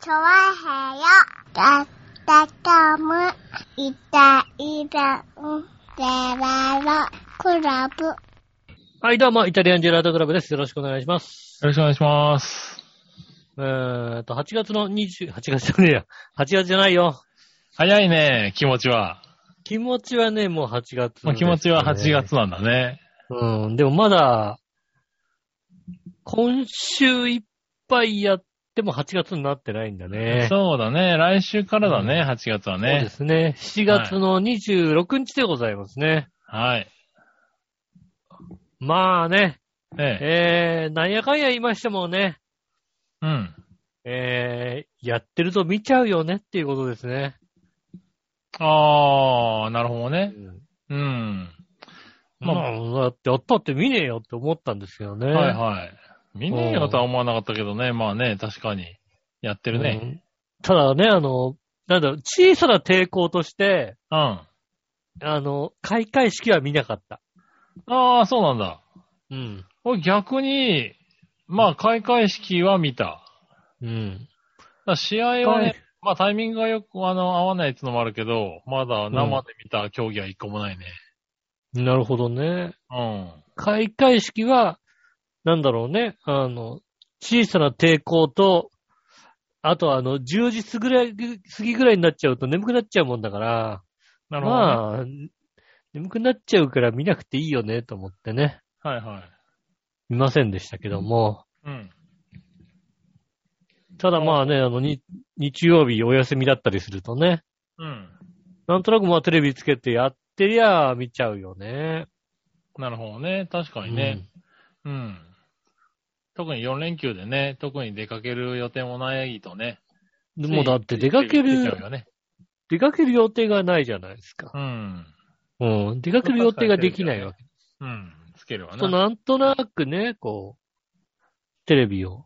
チョワヘヨだったかむいたいたんでららクラブ。はい、どうも、イタリアンジェラートクラブです。よろしくお願いします。よろしくお願いします。えーっと、8月の20、8月じゃねえや。8月じゃないよ。早いね、気持ちは。気持ちはね、もう8月ですね、まあ、気持ちは8月なんだね。うん、でもまだ、今週いっぱいやっても8月になってないんだね。そうだね、来週からだね、8月はそうでね。すね。7月の26日でございますね。はい。まあね、ええ。えー、なんやかんや言いましてもね、うん。えー、やってると見ちゃうよねっていうことですね。あー、なるほどうね。んうん。まあ、だって、やったって見ねえよって思ったんですけどね。はいはい。見ねえよとは思わなかったけどね、まあね、確かに。やってるうね。んただね、あの、なんだろう、小さな抵抗として、うん。ああの、開会式は見なかった。ー、そうなんだ。うん。俺逆に、まあ、開会式は見た。うん。だから試合ははねい、まあタイミングがよく、あの、合わないっていうのもあるけど、まだ生で見た競技は一個もないね。なるほどね。うん。開会式は、なんだろうね、あの、小さな抵抗と、あとあの、10時過ぎぐらい、過ぎぐらいになっちゃうと眠くなっちゃうもんだから、なるほど、ね。まあ、眠くなっちゃうから見なくていいよね、と思ってね、はいはい。見ませんでしたけども。うん。ただまあね、あの、に日曜日お休みだったりするとね、うん。なんとなくまあテレビつけてやってりゃあ見ちゃうよね。なるほどね。確かにね。うん。特に4連休でね、特に出かける予定もないとね。うん。でもだって出かけついつい出ちゃうる、よね。出かける予定がないじゃないですか。うん。うん。出かける予定ができないわけ。うん。つけるわとな。なんとなくね、こう、テレビを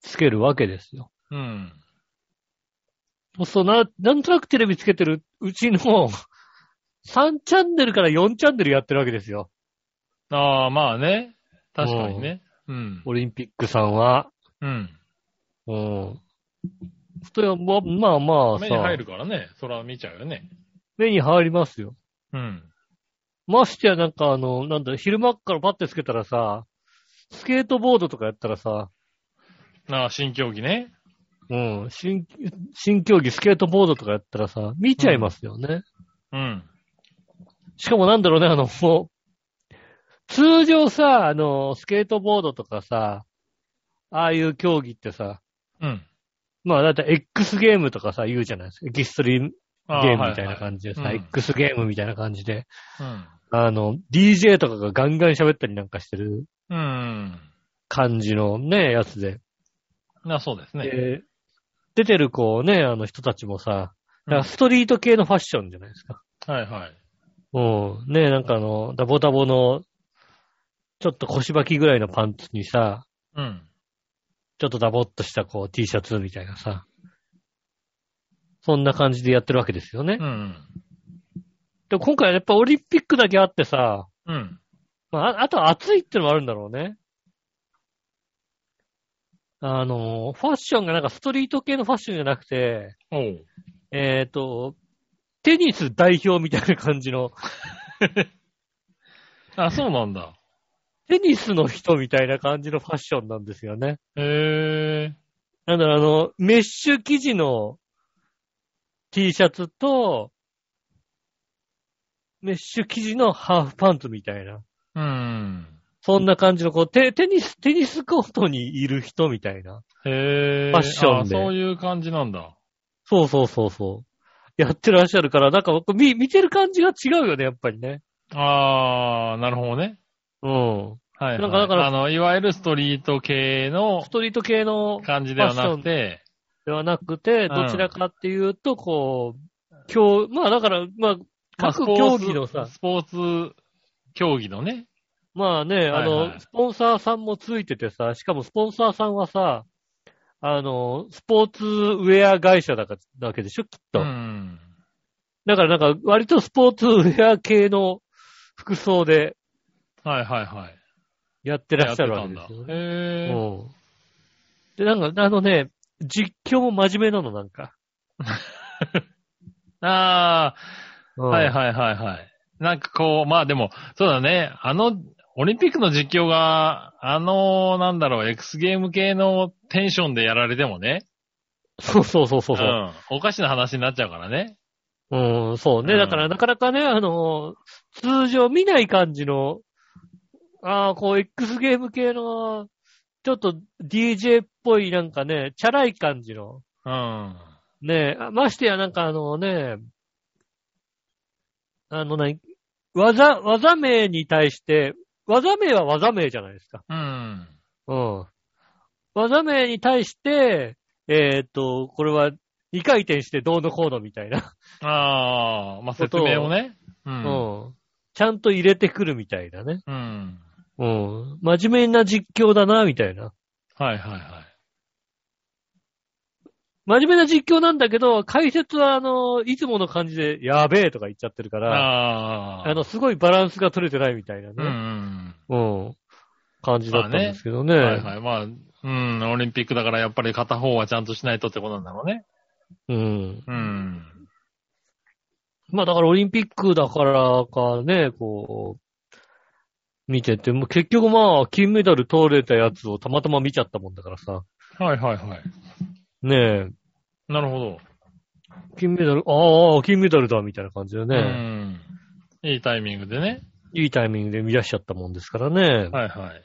つけるわけですよ。うん。そうな、なんとなくテレビつけてるうちの3チャンネルから4チャンネルやってるわけですよ。ああ、まあね。確かにね。うん。オリンピックさんは。うん。うん。それは、ま、まあまあさ。目に入るからね。それは見ちゃうよね。目に入りますよ。うん。ましてやなんかあの、なんだ、昼間っからパッてつけたらさ、スケートボードとかやったらさ、ああ、新競技ね。うん、新、新競技スケートボードとかやったらさ、見ちゃいますよね。うん。しかもなんだろうね、あの、もう、通常さ、あの、スケートボードとかさ、ああいう競技ってさ、うん。まあだって X ゲームとかさ、言うじゃないですか。エキストリームああゲームみたいな感じでさ、はいはいうん X ゲームみたいな感じで、うん。あの、DJ とかがガンガン喋ったりなんかしてるうん。感じのね、やつで。あそうですね。で出てるこうね、あの人たちもさ、だからストリート系のファッションじゃないですか。はいはい。うん。ねなんかあの、ダボダボの、ちょっと腰履きぐらいのパンツにさ、うん。ちょっとダボっとしたこう T シャツみたいなさ、そんな感じでやってるわけですよねう。ん。でも今回やっぱオリンピックだけあってさ、うん。まあ、ああと暑いってのもあるんだろうね。あの、ファッションがなんかストリート系のファッションじゃなくて、おう。えっ、と、テニス代表みたいな感じの、あ、そうなんだ。テニスの人みたいな感じのファッションなんですよね。へえ。なんだろう、あの、メッシュ生地の T シャツと、メッシュ生地のハーフパンツみたいな。うん。そんな感じの、こう、テテニス、テニスコートにいる人みたいな。へえ。ファッションであそういう感じなんだ。そうそうそうそう。やってらっしゃるから、なんか僕見、見てる感じが違うよね、やっぱりね。あー、なるほどね。うん。はい、はい。なんかだからあの、いわゆるストリート系のストリート系の感じではなくて、ではなくて、うんどちらかっていうと、こう、競、まあだから、まあ、まあ各競技のさ、スポーツ競技のね。まあね、あの、はいはいスポンサーさんもついててさ、しかもスポンサーさんはさ、あの、スポーツウェア会社だからだわけでしょ、きっと。うん。だからなんか、割とスポーツウェア系の服装ではいはいはい。やってらっしゃるやわっけてでたすんよだ。ね。うへん。で、なんか、あのね、実況も真面目なの、なんか。あうんあ、はいはいはいはい。なんかこう、まあでも、そうだね。あの、オリンピックの実況が、あの、なんだろう、X ゲーム系のテンションでやられてもね。そうそうそうそううそう。ん。おかしな話になっちゃうからね。うん、そうね。うんだから、なかなかね、あのー、通常見ない感じの、ああ、こう、X ゲーム系の、ちょっと DJ っぽい、なんかね、チャラい感じの、うん。ねあましてや、なんかあのね、あのね、技、技名に対して、技名は技名じゃないですか。うん。うん。技名に対して、えーっと、これは2回転してどうのこうのみたいな。ああ、まあ説明をね。うん。うん。ちゃんと入れてくるみたいなね。うん。うん。真面目な実況だな、みたいな。はいはいはい。真面目な実況なんだけど、解説は、あの、いつもの感じで、やべえとか言っちゃってるから、あああ。の、すごいバランスが取れてないみたいなうんうね、ん。うん。感じだったんですけどね。はいはい。まあ、うん、オリンピックだからやっぱり片方はちゃんとしないとってことなんだろうね。うん。うん。まあ、だからオリンピックだからかね、こう、見てて、もう結局まあ、金メダル取れたやつをたまたま見ちゃったもんだからさ、はいはいはい。ねえ、なるほど。金メダル、ああ、金メダルだ、みたいな感じでね。うん。いいタイミングでね。いいタイミングで見出しちゃったもんですからね。はいはい。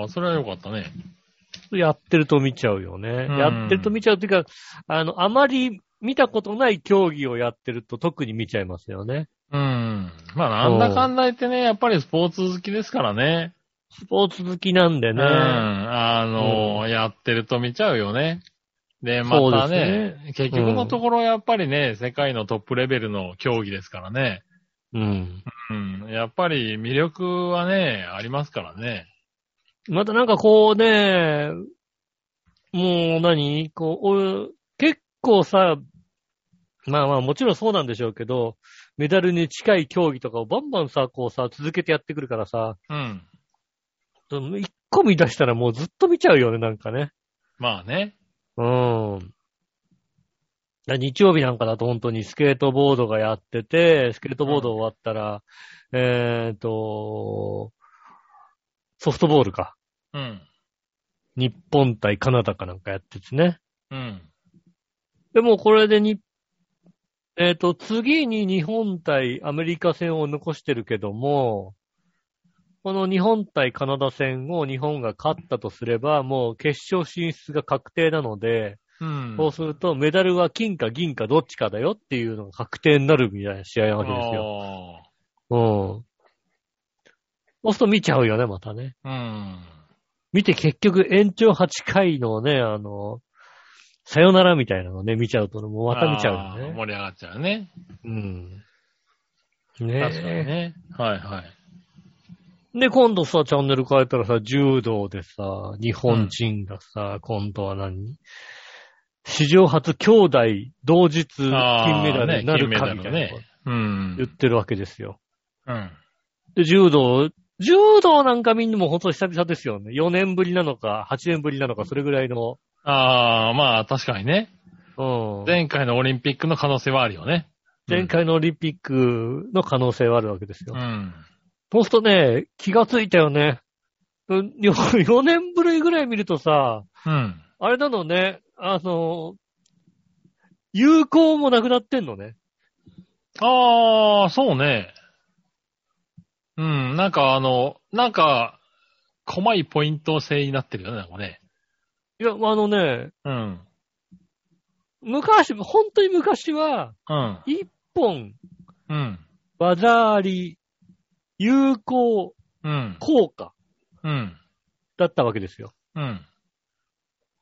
ああ、それはよかったね。やってると見ちゃうよね。うんやってると見ちゃうっていうか、あの、あまり見たことない競技をやってると特に見ちゃいますよね。うん。まあ、なんだかんだ言ってね、やっぱりスポーツ好きですからね。スポーツ好きなんでうね。ん。あの、やってると見ちゃうよね。で、またね、結局のところやっぱりね、世界のトップレベルの競技ですからね。うん。うん。やっぱり魅力はね、ありますからね。またなんかこうね、もう何こう、お結構さ、まあまあもちろんそうなんでしょうけど、メダルに近い競技とかをバンバンさ、こうさ、続けてやってくるからさ、うん。一個見出したらもうずっと見ちゃうよね、なんかね。まあね。うん。だ日曜日なんかだと本当にスケートボードがやってて、スケートボード終わったら、えーっと、ソフトボールか。うん。日本対カナダかなんかやっててね。うん。でもこれでに、えーっと、次に日本対アメリカ戦を残してるけども、この日本対カナダ戦を日本が勝ったとすれば、もう決勝進出が確定なので、うん。そうすると、メダルは金か銀かどっちかだよっていうのが確定になるみたいな試合なわけですよ。うん。そうすると見ちゃうよね、またね。あー見て結局延長8回のね、あの、さよならみたいなのね、見ちゃうと、もううん。また見ちゃうあよーね。盛り上がっちゃうね。うん。確かにねね。はいはい。え。で、今度さ、チャンネル変えたらさ、柔道でさ、日本人がさ、今度は何史上初兄弟同日金メダルになるかみたいなことうん。言ってるわけですよ。うん。で、柔道、柔道なんか見んのも本当久々ですよね。4年ぶりなのか、8年ぶりなのか、それぐらいの。ああ、まあ確かにね。うん。前回のオリンピックの可能性はあるよね。前回のオリンピックの可能性はあるわけですよ。うん。そうするとね、気がついたよね。うんよ4年ぶりぐらい見るとさ、うん。あれなのね、あの、有効もなくなってんのね。ああ、そうね。うん、なんかあの、なんか、細いポイント制になってるよね、なんかね。いや、あのね、うん。昔、本当に昔は、うん。 1本、うん。技あり、有効、うん。効果うん。だったわけですよ。うん。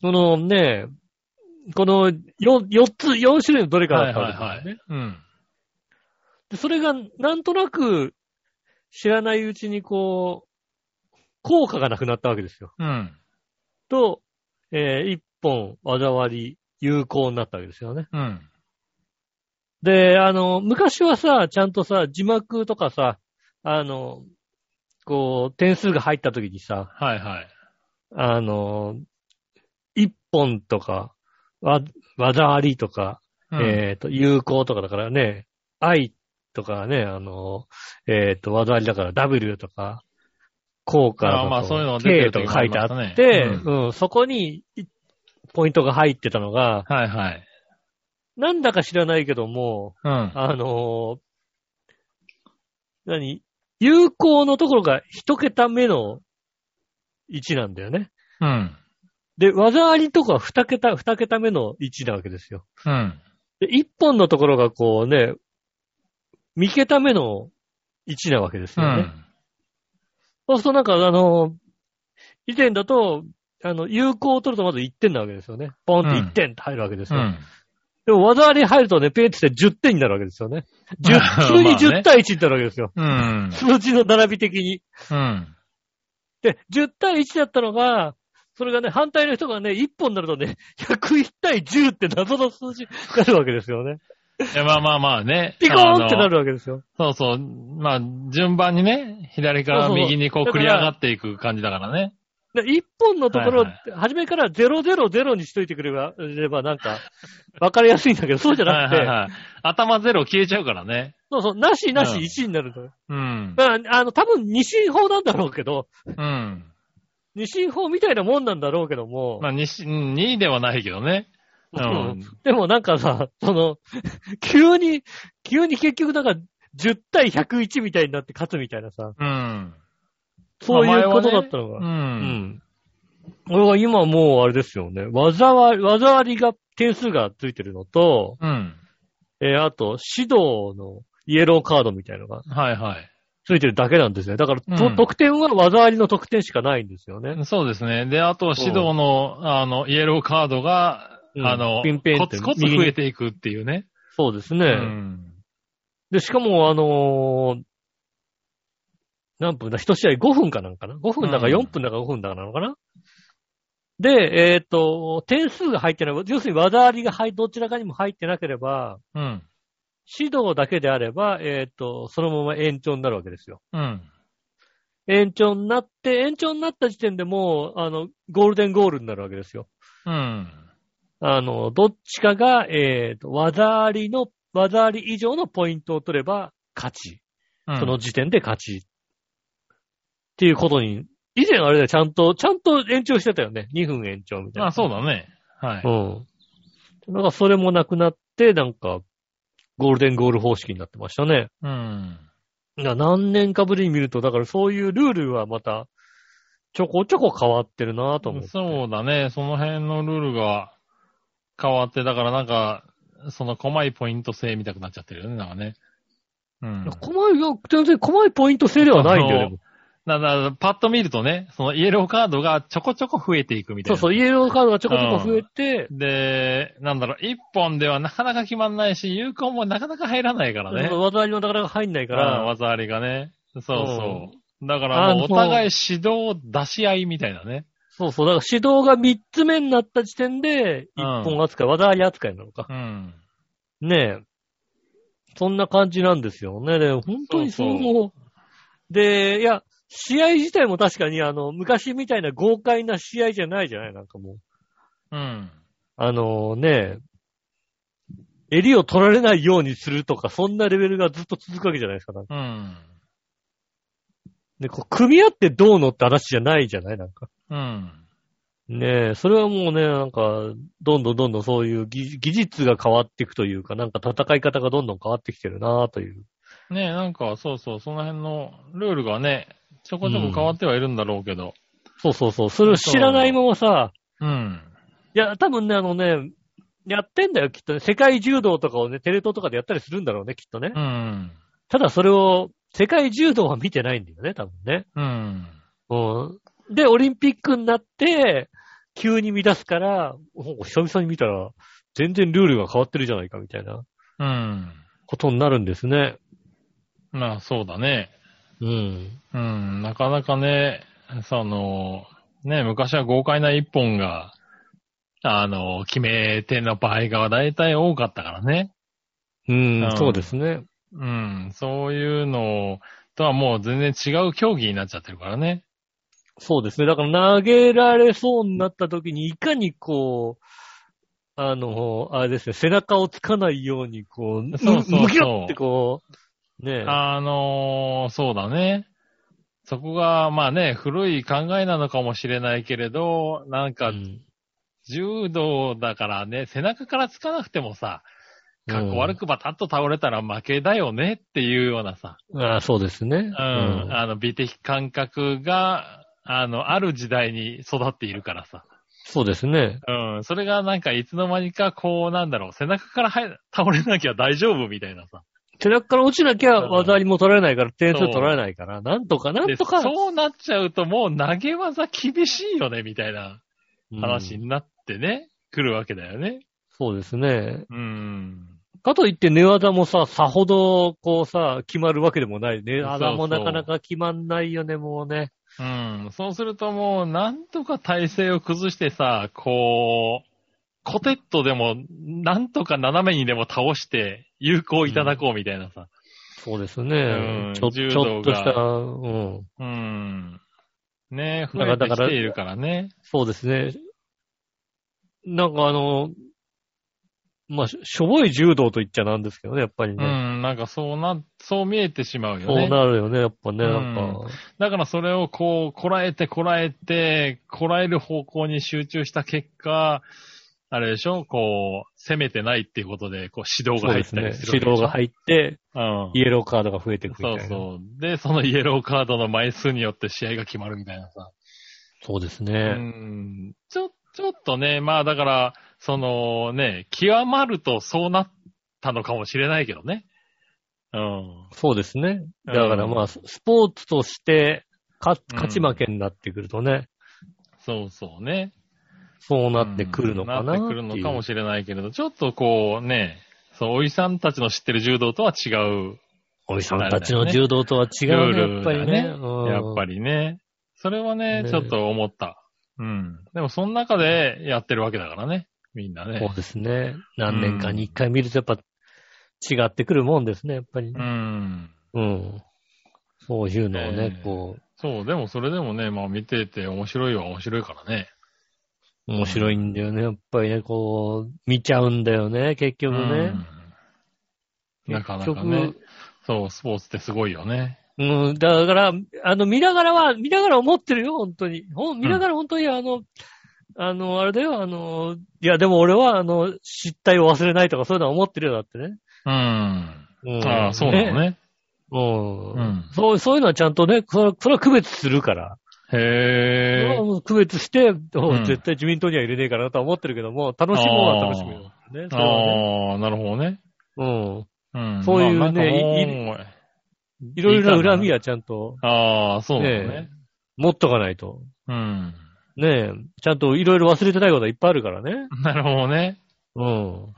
そのね、この 4, 四つ、四種類のどれかはだいったわはけいですよねはい。うん。でそれがなんとなく知らないうちにこう、効果がなくなったわけですよ。うん。と、えー一本、技あり、有効になったわけですよね。うん。で、あの、昔はさ、ちゃんとさ、字幕とかさ、あの、こう、点数が入った時にさ、はいはい。あの、一本とか、わ、技ありとか、うんえっ、と、有効とかだからね、愛とかね、あの、えっ、と、技ありだから W とか、効果あまあそういうのとか出 K てると時もかあ書りいてまあしたねって、うん、そこにいポイントが入ってたのが、はいはい。なんだか知らないけども、うん。あのー何有効のところが一桁目の位置なんだよね。うん。で、技ありとかは二桁、二桁目の位置なわけですよ。うん。で、一本のところがこうね、三桁目の位置なわけですうよね。ん。そうするとなんかあのー以前だと、あの、有効を取るとまず1点なわけですよね。ポンって1点って入るわけですうよ。ん。でも技あり入るとね、ペーって10点になるわけですよ ね。10、普通にまあね10対1になるわけですよ。うん。数字の並び的に。うん。で、10対1だったのが、それがね、反対の人がね、1本になるとね、101対10って謎の数字になるわけですよね。いやまあまあまあね。ピコーンってなあの。るわけですよ。そうそう。まあ、順番にね、左から右にこうそうそう繰り上がっていく感じだからね。で、1本のところ、はい初めから000にしといてくれば、ればなんか、 わかりやすいんだけど、そうじゃなくて、はいはいはい。頭ゼロ消えちゃうからね。そうそう、なしなしうん1になるのよ。うん。だから、あの、多分二進法なんだろうけど、うん。二進法みたいなもんなんだろうけども、まあ、2、2ではないけどね。ううんん。でもなんかさ、その、 急に、急に結局なんか、10対101みたいになって勝つみたいなさ、うん。そういうことだまあ前はねったのが。ううん。ん。俺は今もうあれですよね、技は、技ありが、点数がついてるのと、うん。えーあと、指導のイエローカードみたいのがはいはい。ついてるだけなんですね。だから、とうん得点は技ありの得点しかないんですよね。そうですね。で、あと、指導の、あの、イエローカードが、うんあの、ピンペンコってツコツ増えていくっていうね。そうですね。うん。で、しかも、あのー何分だ、一試合5分かなんかな ?5 分だかうん4分だか5分だかなのかな、で、えっ、と、点数が入ってない、要するに技ありが入どちらかにも入ってなければ、うん。指導だけであれば、えっ、と、そのまま延長になるわけですよ。うん。延長になって、延長になった時点でもう、あの、ゴールデンゴールになるわけですよ。うん。あの、どっちかが、えっ、と、技ありの、技あり以上のポイントを取れば勝ち。うんその時点で勝ち。っていうことに、以前あれだよ、ちゃんと、ちゃんと延長してたよね。2分延長みたいな。あ、そうだね。はい。うん。なんかそれもなくなって、なんか、ゴールデンゴール方式になってましたね。うん。な何年かぶりに見ると、だからそういうルールはまた、ちょこちょこ変わってるなぁと思って。そうだね。その辺のルールが変わって、だからなんか、その細いポイント制みたくなっちゃってるよね、なんかね。うん。細い、いや全然細いポイント制ではないんだよね。だから、パッと見るとね、そのイエローカードがちょこちょこ増えていくみたそいうそな。う、イエローカードがちょこちょこ増えて、で、なんだろう、一本ではなかなか決まんないし、有効もなかなか入らないからね。その技ありの宝が入んないかうらん、技ありがね。そうそう。だかあら、のもうお互い指導出し合いみたいなね。そうそう。だから指導が3つ目になった時点で、うん1本扱い、技あり扱いなのかう。ん。ねえ。そんな感じなんですよね。で、本当にそうそう思う。で、いや、試合自体も確かに、あの、昔みたいな豪快な試合じゃないじゃないなんかもう。うん。あのねえ、襟を取られないようにするとか、そんなレベルがずっと続くわけじゃないですか。なんかうん。で、こう、組み合ってどうのって話じゃないじゃないなんか。うん。ねえ、それはもうね、なんか、どんどんどんどんそういう技技術が変わっていくというか、なんか戦い方がどんどん変わってきてるなという。ねえ、なんか、そうそう、その辺のルールがね、ちょこちょこ変わってはいるんだろうけど。そうそうそう。それを知らないままさ、うん。いや、多分ね、あのね、やってんだよ、きっとね。世界柔道とかをね、テレ東とかでやったりするんだろうね、きっとねう。ん。ただそれを、世界柔道は見てないんだよね、多分ね。うん。うん。で、オリンピックになって、急に乱すから、お久々に見たら、全然ルールが変わってるじゃないか、みたいなうん。ことになるんですね。まあ、そうだね。うん。うん。なかなかね、その、ね、昔は豪快な一本が、あの、決め手の場合が大体多かったからね。うんう、んそうですね。うん。そういうのとはもう全然違う競技になっちゃってるからね。そうですね。だから投げられそうになった時に、いかにこあの、あれですね、背中をつかないように、こう、そうそうそうむきろってこう、ねえあのーそうだね。そこが、まあね、古い考えなのかもしれないけれど、なんかう、ん柔道だからね、背中からつかなくてもさ、かっこ悪くバタッと倒れたら負けだよねっていうようなさ、ああそうですね。うん、あの、美的感覚が、あの、ある時代に育っているからさ。そうですね。うん。それがなんかいつの間にかこうなんだろう。背中から入る倒れなきゃ大丈夫みたいなさ。背中から落ちなきゃうん技にも取られないから、点数取られないから、なんとかなでんとか。そうなっちゃうともう投げ技厳しいよねみたいなうん話になってね、来るわけだよね。そうですね。うん。かといって寝技もさ、さほど、こうさ、決まるわけでもない。寝技もそうそうなかなか決まんないよね、もうね。うん。そうするともうなんとか体勢を崩してさ、こう、コテッとでも、なんとか斜めにでも倒して、有効いただこうみたいなさ。そうですねう。んちょ柔ち道ょっがとした、うん。うん。ねえ、増だえかてらきているからね。そうですね。なんかあの、まあ、ししょぼい柔道と言っちゃなんですけどね、やっぱりうね。ん、なんかそうな、そう見えてしまうよそうね。なるよね、やっぱね、なんか。うんだからそれをこう、こらえてこらえて、こらえる方向に集中した結果、あれでしょこう、攻めてないっていうことで、こう、指導そがう入でっすたねりす。る指導が入って、うん。イエローカードが増えていくみたそいうな。そう。で、その イエローカードの枚数によって試合が決まるみたいなさ。そうですうね。ん。ちょ、ちょっとね、まあだから、そのね、極まるとそうなったのかもしれないけどね。うん。そうですね。だからうんまあ、ススポーツとして、かうん勝ち負けになってくるとね、そうそうね。そうなってくるのかなっていう。なってくるのかもしれないけれど、ちょっとこうね、そう、おじさんたちの知ってる柔道とは違うおじさんたちの柔道とは違うね、ルやーっルぱだりねね。やっぱり。りね。それはね、ねちょっと思った。うん。でも、その中でやってるわけだからね。みんなそうね。ですね。何年かに一回見るとやっぱ違ってくるもんですね、やっぱりうね。ん。うん。そういうのをえねえ、こそう、でもそれでもね、まあ見てて面白いは面白いからね。う、面白いんだよね、やっぱりね、こう、見ちゃうんだよね、結う局ね。ん。なかな結か局ね。そう、スポーツってすごいよね。うん、だから、あの、見ながらは、見ながら思ってるよ、本当に。ほん見ながら本当に、あの、あの、あれだよ、あの、いや、でも俺は、あの、失態を忘れないとか、そういうのは思ってるよ、だってね。ううん。ん、ああ、そうなのね。ね。うん、うんそう、そういうのはちゃんとね、それそれは区別するから。それへはえ。もう区別して、おうん絶対自民党には入れねえからなとは思ってるけども、楽しむのは楽しむよ。ね、それはねああ、なるほどね。うん。うん。そういうねまあなんかもいろいろな恨みはちゃんとああ、そうなのねね。持っとかないと。うん。 ねえ、ちゃんといろいろ忘れてないことはいっぱいあるからね。なるほどね。うん。お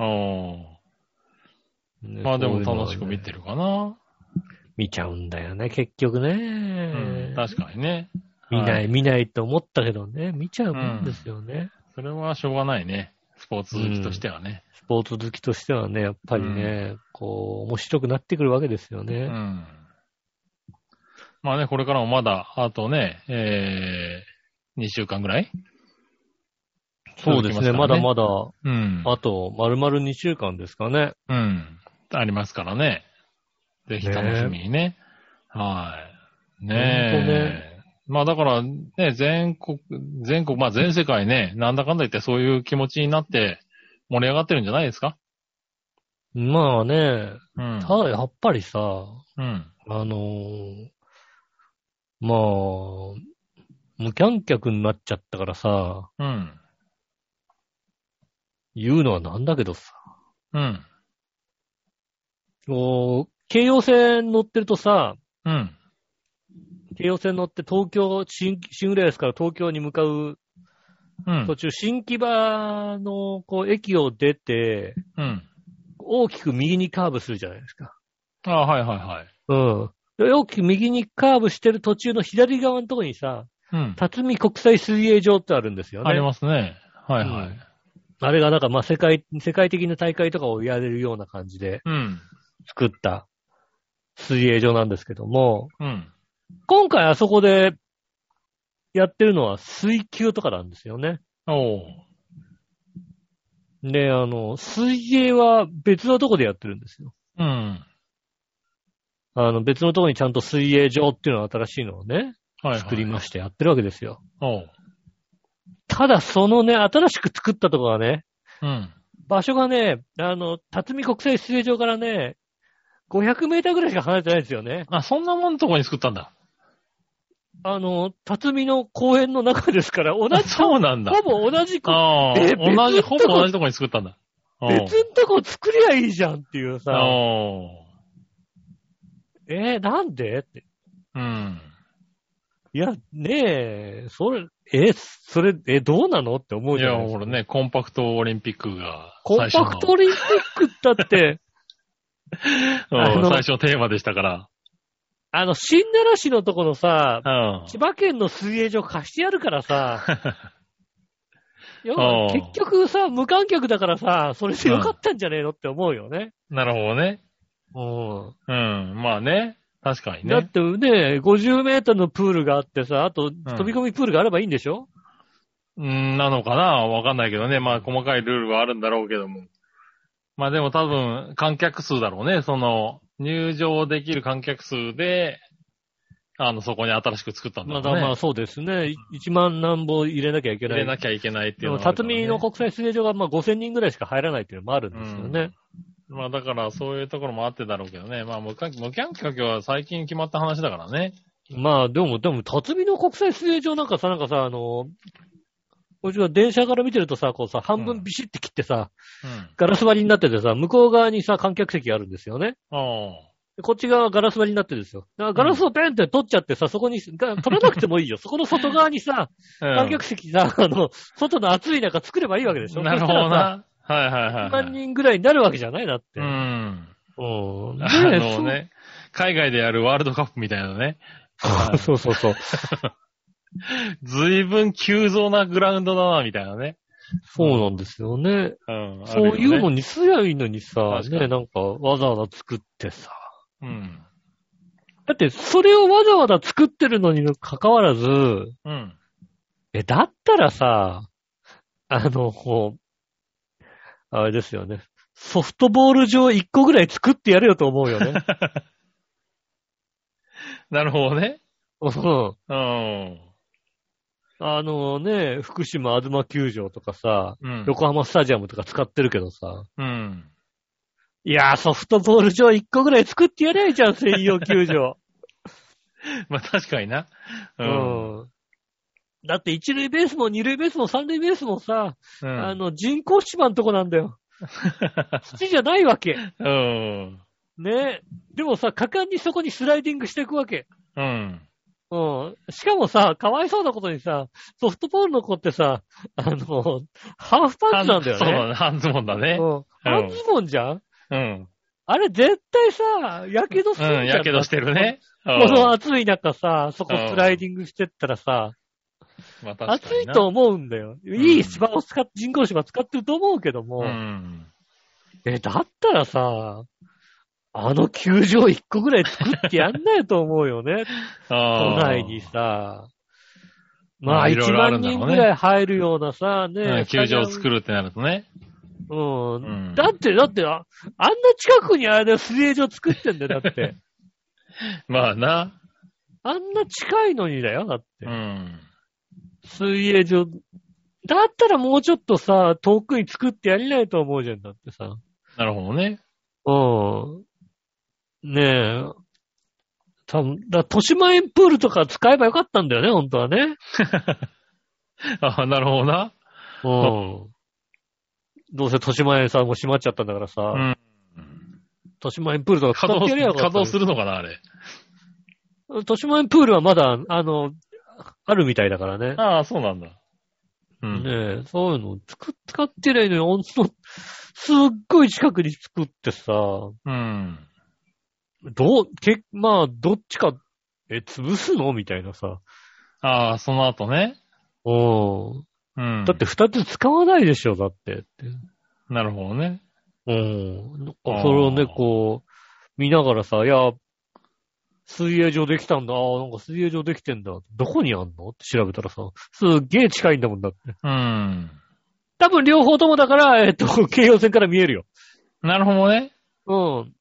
ねーまあでも楽しく見てる。るかな。見ちゃうんだよね、結局うねん。。確かにね。見な、はい見ないと思ったけどね、見ちゃうんですよね。それはしょうがないね。スポーツ好きとしてはね。スポーツ好きとしてはね、やっぱりね、こう、面白くなってくるわけですようね。ん。まあね、これからもまだ、あとね、えー、2週間ぐらいそうですね、まだまだ、うん。あと、丸々2週間ですかね。うん。ありますからね。ぜひ楽しみにね。はい。ねほんとえ。ねまあだから、ね、全国、全国、まあ全世界ね、なんだかんだ言ってそういう気持ちになって盛り上がってるんじゃないですかまあね、うん。ただやっぱりさ、うん。あのーまあ、無観客になっちゃったからさ、うん。言うのはなんだけどさ、うん。こう、京葉線乗ってるとさ、うん。京葉線乗って東京、新、新浦安から東京に向かううん途。中、新木場の、こう、駅を出て、うん。大きく右にカーブするじゃないですか。あはいはいはい。うん。で大きく右にカーブしてる途中の左側のとこにさ、うん。辰巳国際水泳場ってあるんですよね。ありますね。はいはうんい。あれがなんか、まあ、世界、世界的な大会とかをやれるような感じでうん。作った水泳場なんですけども、うん。今回あそこでやってるのは水球とかなんですよね。おーで、あの、水泳は別のとこでやってるんですよ。うん。あの、別のとこにちゃんと水泳場っていうのを新しいのをね、はい、はい。作りましてやってるわけですよ。おう。ただ、そのね、新しく作ったとこはね、うん。場所がね、あの、辰巳国際水泳場からね、500メーターぐらいしか離れてないんですよね。あ、そんなもんとこに作ったんだ。 あの、辰巳の公園の中ですから、同あじ、ほそうなんだ。ぼ同じこ、ああ、え同じ、別のとほこぼ同じとこに 作ったんだ。おう別んとこ作りゃいいじゃんっていうさ、おえーなんでって。ううん。いや、ねえ、それ、え、それ、え、どうなのって思ういじゃなや、いですか。俺ね、コンパクトオリンピックがコン最初の、パクトオリンピックだって、あうんの最初のテーマでしたから。あの、新奈良市のとこのさ、うん。千葉県の水泳場貸してやるから さ、要うはん結局さ、無観客だからさ、それでよかったんじゃねえのって思うよね。なるほどね。うん。うん。まあね。確かにだっね。てね、50メートルのプールがあってさ、あと飛び込みプールがあればいいんでしょ、うん、なのかなわかんないけどね。まあ、細かいルールはあるんだろうけども。まあでも多分、観客数だろうね。その、入場できる観客数で、あの、そこに新しく作ったんだまろあうだね。まあそうですね。1万何本入れなきゃいけ入ない。れなきゃいけないってでいうのも、はあるか辰らね巳の国際水泳場がまあ5000人ぐらいしか入らないっていうのもあるんですよね。まあだからそういうところもあってだろうけどね。まあ無観無観客は最近決まった話だからね。まあでも、でも、辰巳の国際水泳場なんかさ、なんかさ、あの、こっちは電車から見てるとさ、こうさ、半分ビシって切ってさ、うん。ガラス張りになっててさ、向こう側にさ、観客席があるんですよね。あでこっち側はガラス張りになってるんですよ。だからガラスをペンって取っちゃってさ、そこに、が取らなくてもいいよ。そこの外側にさ、あ。観客席さ、あの、外の暑い中作ればいいわけでしょ。なるほど な。はいはいそはしたらい、さ。はい。 1万人ぐらいになるわけじゃないだって。うん。うん。ねあのね、海外でやるワールドカップみたいなね、そうそうそうそう。ずいぶん急増なグラウンドだな、みたいなね。そうなんですよね。うん。あるそうよねいうのにすりゃいいのにさ、確かにね、なんかわざわざ作ってさ。うん。だって、それをわざわざ作ってるのにもかかわらず、うん。え、だったらさ、あの、こう、あれですよね。ソフトボール場1個ぐらい作ってやれよと思う よね。なるほどね。うん。うん。あのね、福島あずま球場とかさ、うん。横浜スタジアムとか使ってるけどさ、うん。いやー、ソフトボール場1個ぐらい作ってやれゃいいじゃん、専用球場。まあ確かにな。う。うんん。だって一塁ベースも二塁ベースも三塁ベースもさ、うんあの、人工芝のとこなんだ よ。土じゃないわけ。うん。ねでもさ、果敢にそこにスライディングしていくわけ。うん。うん。しかもさ、かわいそうなことにさ、ソフトボールの子ってさ、あの、ハーフパンツなんだよね。そうだね。半ズボンだね。うん。半ズボンじゃんうん。あれ絶対さ、やけどするじゃ。うんん、やけどしてるね。こうのん暑い中さ、そこスライディングしてったらさ、まあ確かにな暑いと思うんだよ。いい芝を使っ、人工芝使ってると思うけども、うん。え、だったらさ、あの球場一個ぐらい作ってやんないと思うよ ね。都都内にさ。ままああ、いろい1ろある万んだろ人うねぐらい入るようなさ、うねん、。球場を作る。るってなるとね。うんうん。だって、だって、ああんな近くにあれだよ、水泳場作ってんだよ、だって。まあな。あんな近いのにだよ、だってう。ん。水泳場。だったらもうちょっとさ、遠くに作ってやりないと思うじゃんだってさ。なるほどね。うん。ねえ。多分だ豊島園プールとか使えばよかったんだよね、本当はね。あなるほどな。うん。どうせ豊島園さんも閉まっちゃったんだからさ、うん。豊島園プールとか使稼ってやり働するゃよかっ稼たのに働するのかな、あれ。豊島園プールはまだ、あの、あるみたいだからね。ああ、そうなんだ。うん。ねえ、そういうのを作っ使ってりゃいいのに、ほんとすっごい近くに作ってさ、うん。どう、け、まあ、どっちか、え、潰すのみたいなさ。ああ、その後ね。うん。うん。だって、二つ使わないでしょ、だってって。なるほどね。うん。なんかあーそれをね、こう、見ながらさ、いや、水泳場できたんだ。ああ、なんか水泳場できてんだ。どこにあんのって調べたらさ、すっげえ近いんだもんだって。うん。多分両方ともだから、えっ、と、京葉線から見えるよ。なるほどね。うん。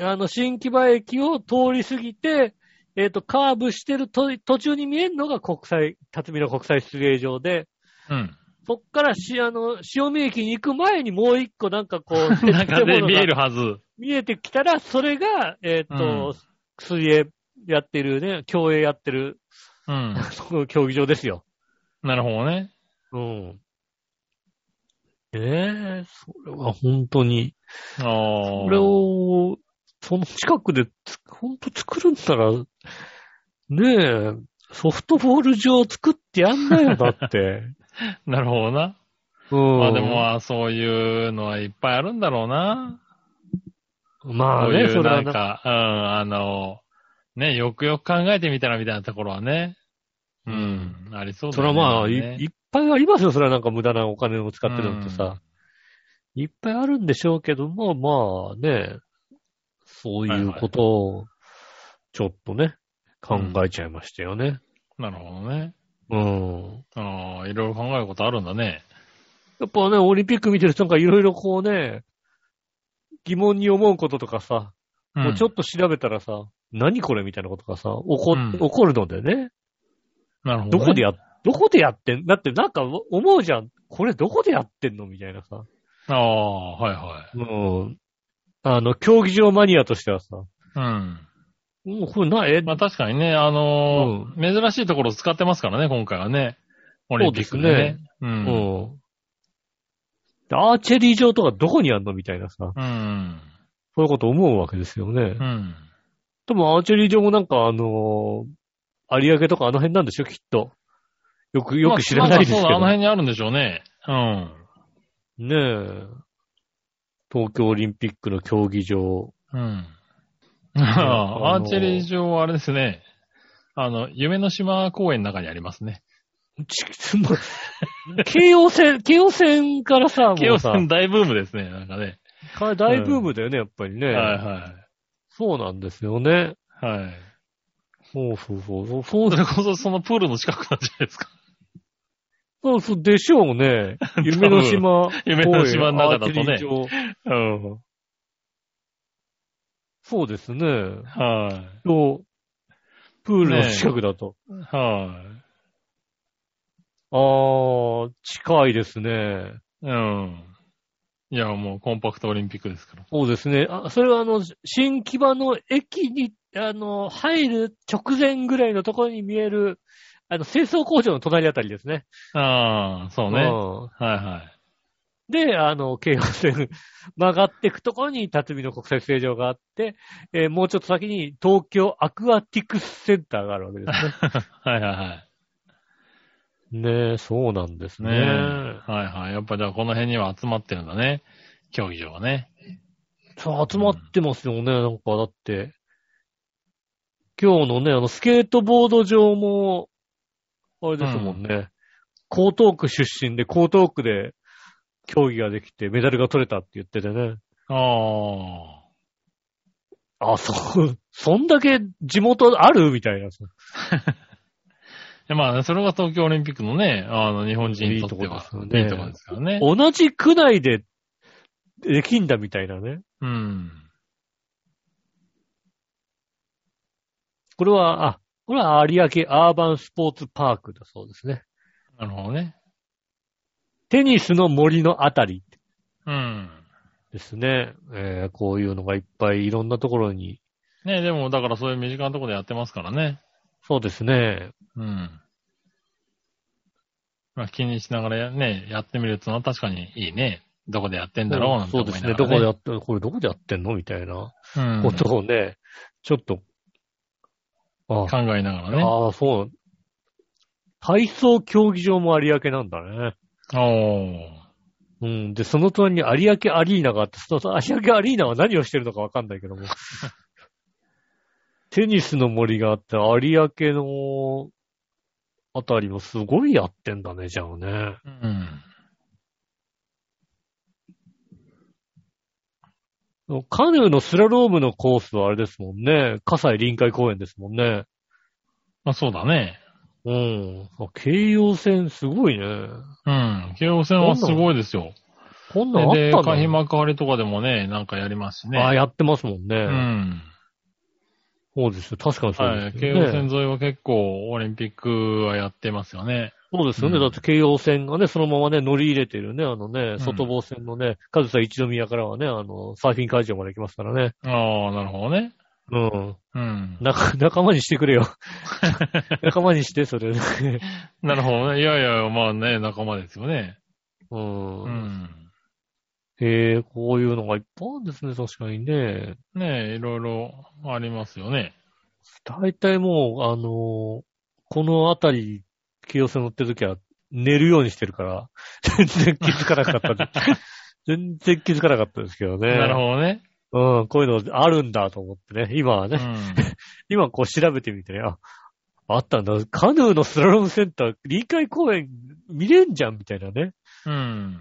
あの、新木場駅を通り過ぎて、えっ、と、カーブしてると途中に見えるのが国際、辰巳の国際出芸場で、うん。そっからし、あの、塩見駅に行く前にもう一個なんかこ う、 建中で物が見えるはず。見えてきたら、それが、えっ、うとん、水泳やってるね、競泳やってる、 うん。その競技場ですよ。なるほどね。うん。ええそれは本当に、あここれを、その近くでつ、本当作るんなら、ねえ、ソフトボール場作ってやんないよ、だ って。なるほどな。うん。まあでもまあそういうのはいっぱいあるんだろうな。まあそういね、うそれなはんなか、うん、あの、ね、よくよく考えてみたらみたいなところはね。うん、ありそうだそよれね。はまあ、いねいっぱいありますよ。それはなんか無駄なお金を使ってるのってさ。いっぱいあるんでしょうけども、まあね、そういうことを、ちょっとね、考えちゃいましたよね。なるほどね。うん。ああ、いろいろ考えることあるんだね。やっぱね、オリンピック見てる人なんかいろいろこうね、疑問に思うこととかさ、もうちょと。っと調べたらさ、何これみたいなことがさ、起こ、うん起こるのでね。なるほどど、ね。こでや、どこでやってんだってなんか思うじゃん。これどこでやってんのみたいなさ。ああ、はいはい。うん。あの、競技場マニアとしてはさ、うん。もうこれな、え、まあ確かにね、あのー珍しいところを使ってますからね、今回はね。オリンピックでね。う。うんん。アーチェリー場とかどこにあんのみたいなさ、うん。そういうこと思うわけですよねう。ん。でもアーチェリー場もなんかあのー有明とかあの辺なんでしょきっと。よく、よく知らないですけど。まあまあそうだあの辺にあるんでしょうね。うん。ねえ。東京オリンピックの競技場。うん。あアのーチェリー場はあれですね。あの、夢の島公園の中にありますね。ち、 もう京王線、京王線からさ、も京う王さ、線大ブームですね、なんかね。か大ブームだよね、やっぱりね。はいはそうなんですよね。い。はい。そうそうそう。そうそうそれこそそのプールの近くなんじゃないですか。そうそうでしょう ね。夢の島。夢の島の中だと公ね園アーチェリー場うん。そうですね。はそう。プールの近くだと。い。はい。あー、近いですね。うん。いや、もうコンパクトオリンピックですから。そうですね。あ、それはあの、新木場の駅に、あの、入る直前ぐらいのところに見える、あの、清掃工場の隣あたりですね。ああ、そうね。はういはい。んで、あの、京王線 曲がっていくところに、辰巳の国際水泳場があって、えーもうちょっと先に東京アクアティクスセンターがあるわけですね。はいはいは ねえ、そうなんですい。ねね。え。はいはい。やっぱじゃあこの辺には集まってるんだね。競技場はね。そう、集まってますよね、なんか、だって。今日のね、あの、スケートボード場も、あれですもんね。江東区出身で、江東区で競技ができて、メダルが取れたって言っててね。ああ、そう、そんだけ地元あるみたいな。あ。まあね、それが東京オリンピックのね、あの、日本人にとっては。いいいいととここでですからね。同じ区内でできんだみたいなね。うん。これは、あ、これは有明アーバンスポーツパークだそうですね。なるほどね。テニスの森のあたりうん。ですね。えーこういうのがいっぱいいろんなところに。ねでも、だからそういう身近なところでやってますからね。そうですね。うん。まあ気にしながらね、やってみるってのは確かにいいね。どこでやってんだろうなんてそう思いですなね。がどらこでやって、これどこでやってんのみたいなうんことをね、ちょっと、あ、考えながらね。ああ、そう。体操競技場も有明なんだね。おうん。で、その隣に有明アリーナがあって、その有明アリーナは何をしてるのかわかんない けども。テニスの森があって、有明のあたりもすごいやってんだね、じゃあね。ー。うん。カヌーのスラロームのコースはあれですもんね。葛西臨海公園ですもんね。まあそうだね。うん。あ京葉線すごいね。うん。京王線はすごいですよ。こんなんあっで、たのカヒマカリとかでもね、なんかやりますしね。あ、やってますもんね。うん。そうですよ。確かにそうはでい。す京よね。王線沿いは結構オリンピックはやってますよね。そうですよね。うんだって京葉線がね、そのままね、乗り入れてるね、あのね、ん外房線のね、カズさん一宮からはね、あの、サーフィン会場まで行きますからね。ああ、なるほどね。うん。うん。仲、仲間にしてく れよ。仲間にして、それ。なるほどね。いやいや、まあね、仲間ですよね。うん。うん。へえ、こういうのがいっぱいあるんですね、確かにね。ねえ、いろいろありますよね。大体もう、あのーこのあたり、京葉線乗ってるときは、寝るようにしてるから、 全然気づかなかったで 全然気づかなかったですけどね。なるほどね。うん、こういうのあるんだと思ってね。今はうね、ん。今こう調べてみてね、あ、あったんだ。カヌーのスラロームセンター、臨海公園見れんじゃんみたいなね。うん。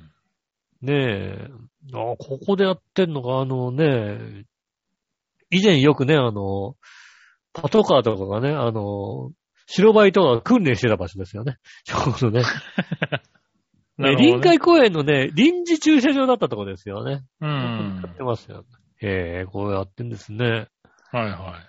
ねえ。あ、ここでやってんのが、あのね、以前よくね、あの、パトカーとかがね、あの、白バイとかが訓練してた場所ですよね。 ちょうどね。 な ねるほどね臨海公園のね、臨時駐車場だったとこですよね。ううんやっ。てますよ、ね。へえ、こうやってんですね。はいは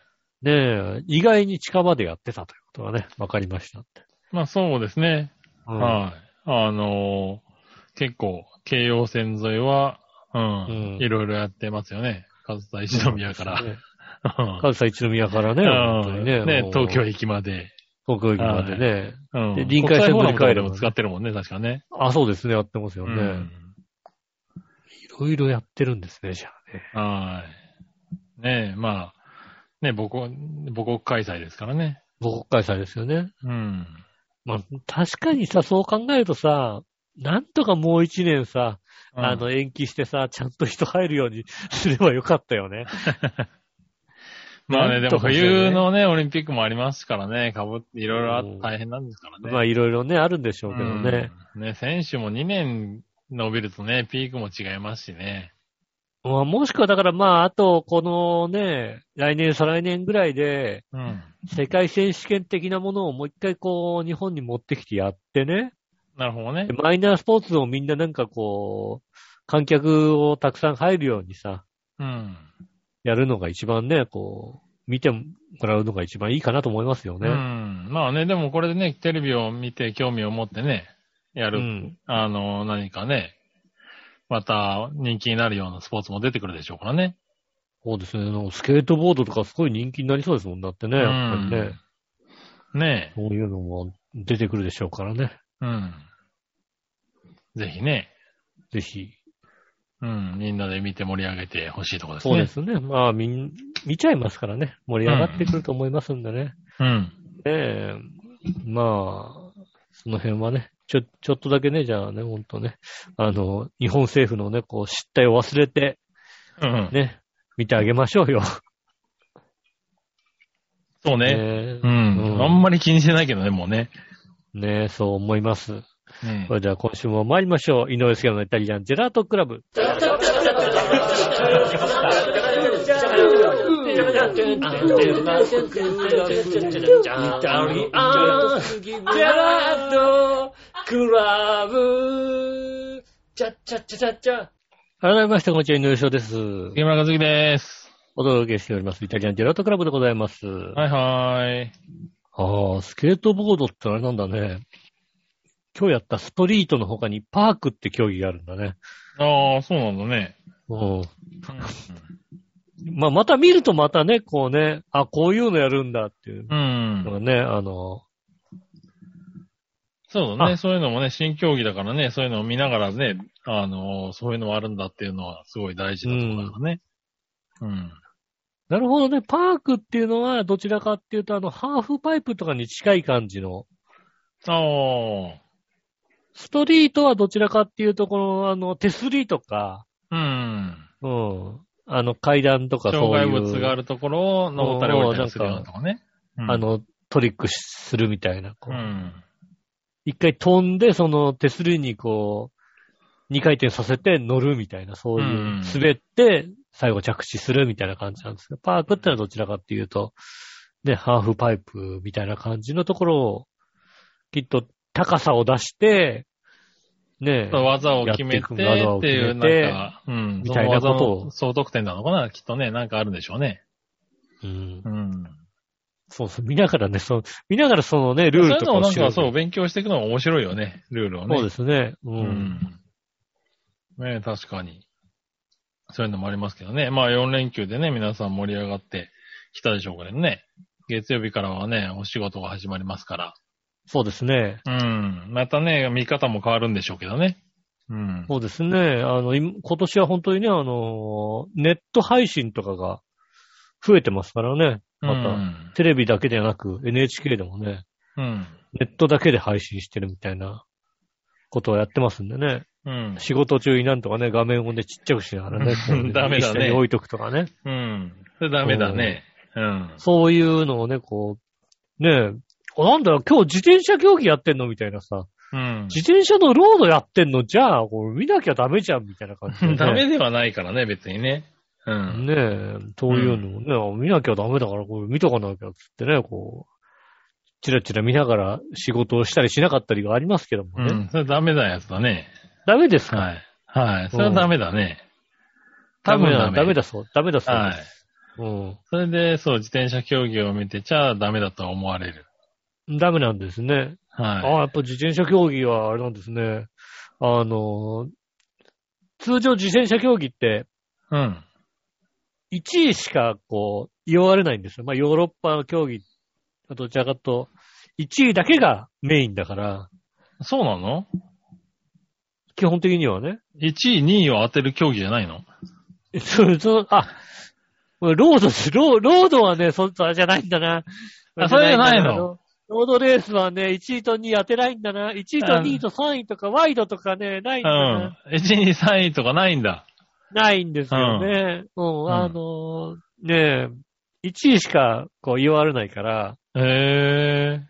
ねえ、意外に近場でやってたということがね、わかりましたって。い。まあそうですね。うんはい。あのー結構、京葉線沿いは、ううんん、いろいろやってますよね。上総一宮から。ね うん関西一宮からね、本当うにんね。ねもう東京。駅まで。東京駅までね。うんで臨海線乗り換えればね国際フォーラムとかでも使ってるもんね、確かね。あ、そうですね、やってますようね。ん。いろいろやってるんですね、じゃあね。はい。ねえ、まあ、ね母国、母国開催ですからね。母国開催ですよね。うん。まあ、確かにさ、そう考えるとさ、なんとかもう一年さ、あうんの、延期してさ、ちゃんと人入るように すればよかったよね。まあね、なでんともかしてね冬のね、オリンピックもありますからね、かぶっていろいろあってうん大変なんですからね。まあ、いろいろね、あるんでしょうけどね。うんね、選手も2年伸びるとね、ピークも違いますしね。まあ、もしくは、だからまあ、あと、このね、来年、再来年ぐらいで、うん。世界選手権的なものをもう一回こう、日本に持ってきてやってね。なるほどねで。マイナースポーツをみんななんかこう、観客をたくさん入るようにさ、うん。やるのが一番ね、こう、見てもらうのが一番いいかなと思いますようね。ん。まあね、でもこれでね、テレビを見て興味を持ってね、やうる、ん。あの、何かね、また人気になるようなスポーツも出てくるでしょうからね。そうですね。なんかスケートボードとかすごい人気になりそうですもんだってね、やっぱりね。ねそういうのも出てくるでしょうからね。え。うん。ぜひね、ぜひ。うん、みんなで見て盛り上げてほしいところですね。そうで。すね。まあ、みん、見ちゃいますからね。盛り上がってくると思いますんでね。うん。ええまあ、その辺はね、ちょ、ちょっとだけね、じゃあね、ほんとね、あの、日本政府のね、こう、失態を忘れて、うん。ね、見てあげましょうよ。そうね。ねうん。うんあんまり気にしてないけどね、もうね。えねえそう思います。うんそれでは今週も参りましょう。井上杉山のイタリアンジェラートクラブ。改めまして、こんにちは、井上翔です。杉村和樹です。お届けしております。イタリアンジェラートクラブでございます。はいはああ、スケートボードってあれなんだね。今日やったストリートの他にパークって競技があるんだね。ーい。ああ、そうなんだね。うん。まあ、また見るとまたね、こうね、あ、こういうのやるんだっていううん。のがね、あの、そうだね。あそういうのもね、新競技だからね、そういうのを見ながらね、あのーそういうのもあるんだっていうのはすごい大事なところだからね。うん。なるほどね、パークっていうのはどちらかっていうと、あの、ハーフパイプとかに近い感じの、あストリートはどちらかっていうと、この、あの、手すりとか、あ。うん。うん、あの、階段とかそうい障う。害物があるところを登ったり降りたりするようなとこね。うんあ、の、トリックするみたいな、こうう。ん。一回飛んで、その手すりにこう、二回転させて乗るみたいな、そういううん、滑って、最後着地するみたいな感じなんですけど、パークってのはどちらかっていうと、ね、ハーフパイプみたいな感じのところをきっと高さを出して、ねえ、技を決めて、っていう、なんか、うん、みたいなことをその技の総得点なのかなきっとね、なんかあるんでしょうね。うんう、ん。そうそう、見ながらね、そう、見ながらそのね、ルールとかそういうのをなん調べかてそう、勉強していくのが面白いよね、ルールをね。そうですね。う。うんん。ねえ確かに。そういうのもありますけどね。まあ4連休でね、皆さん盛り上がってきたでしょうからね。月曜日からはね、お仕事が始まりますから。そうですね。うん。またね、見方も変わるんでしょうけどね。うん。そうですね。あの、今今年は本当にね、あの、ネット配信とかが増えてますからね。また、うんテレビだけでなく NHK でもね、うん。ネットだけで配信してるみたいなことをやってますんでね。うん。仕事中になんとかね、画面をね、ちっちゃくしながら ね、こうダメだね一緒に置いとくとかね。うん。それダメだね。うん。そういうのをね、こう、ねえ、あなんだよ、今日自転車競技やってんのみたいなさ。うん。。自転車のロードやってんのじゃあ、これ見なきゃダメじゃんみたいな感じで、ね ダメではないからね、別にね。うん。ねえ、そういうのをね、あ見なきゃダメだから、これ見とかなきゃっつってね、こう、チラチラ見ながら仕事をしたりしなかったりがありますけどもうね。ん。それダメなやつだね。ダメですか、はい。はい。それはダメだね。多分だダダメ。メだそう。ダメだそうはでい。す。はそれで、そう、自転車競技を見てちゃダメだとは思われる。うん。ダメなんですね。あはあ、やっぱ自転車競技はあれなんですね。あの、通常自転車競技って、い。うん。 1位しかこう、言われないんですよ。まあヨーロッパの競技、どちらかと、1位だけがメインだから、そうなの基本的にはね。 ?1 位、2位を当てる競技じゃないのそう、そう、あ、ロードです、ロー、ロードはね、そ、あれじゃないんだな。あそれじゃないのあロードレースはね、1位と2位当てないんだな。1位と2位と3位とか、ワイドとかね、ないんだうんな。。 1位、3位とかないんだ。ないんですよね。うん、んあのーねえ、1位しか、こう、言われないから、へ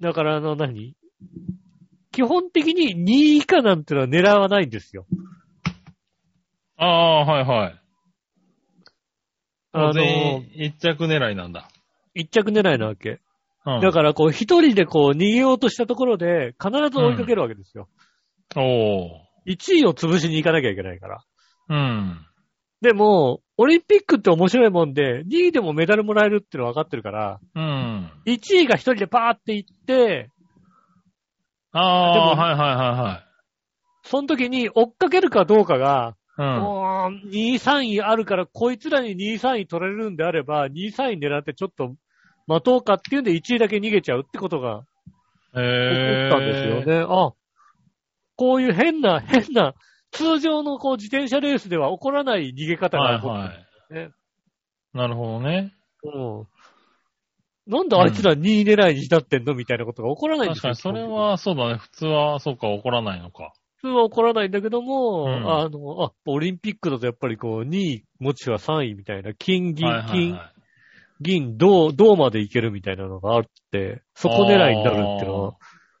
だから、あの、何基本的に2位以下なんてのは狙わないんですよ。ー。ああー、はいはい。あの全ー、員一着狙いなんだ。 1着狙いなわけ。うん。だから、こう、一人でこう、逃げようとしたところで、必ず追いかけるわけですよ。おー。 1位を潰しに行かなきゃいけないから。うん。でも、オリンピックって面白いもんで、2位でもメダルもらえるってのは分かってるから、うん。 1位が一人でパーって行って、ああでー、もはいはその時に追っかけるかどうかが、いはいはい。もう、2位、3位あるから、こいつらに2位、3位取れるんであれば、2位、3位狙ってちょっと待とうかっていうんで、1位だけ逃げちゃうってことがうん。起へえ。ったんですよね。あ、こういう変な、変な、通常のこう自転車レースでは起こらない逃げ方がはい起こっはい。なるほどね。て、うんなんであいつら2位狙いに至ってんのみたいなことが起こらないんで確すかよ。に、それは、そうだね。普通は、そうか、怒らないのか。普通は起こらないんだけども、うんあの、あ、オリンピックだとやっぱりこう、2位、もしくは3位みたいな、金、銀、はいはい金は、い。銀、銅、銅までいけるみたいなのがあって、そこ狙いになるっていうのは、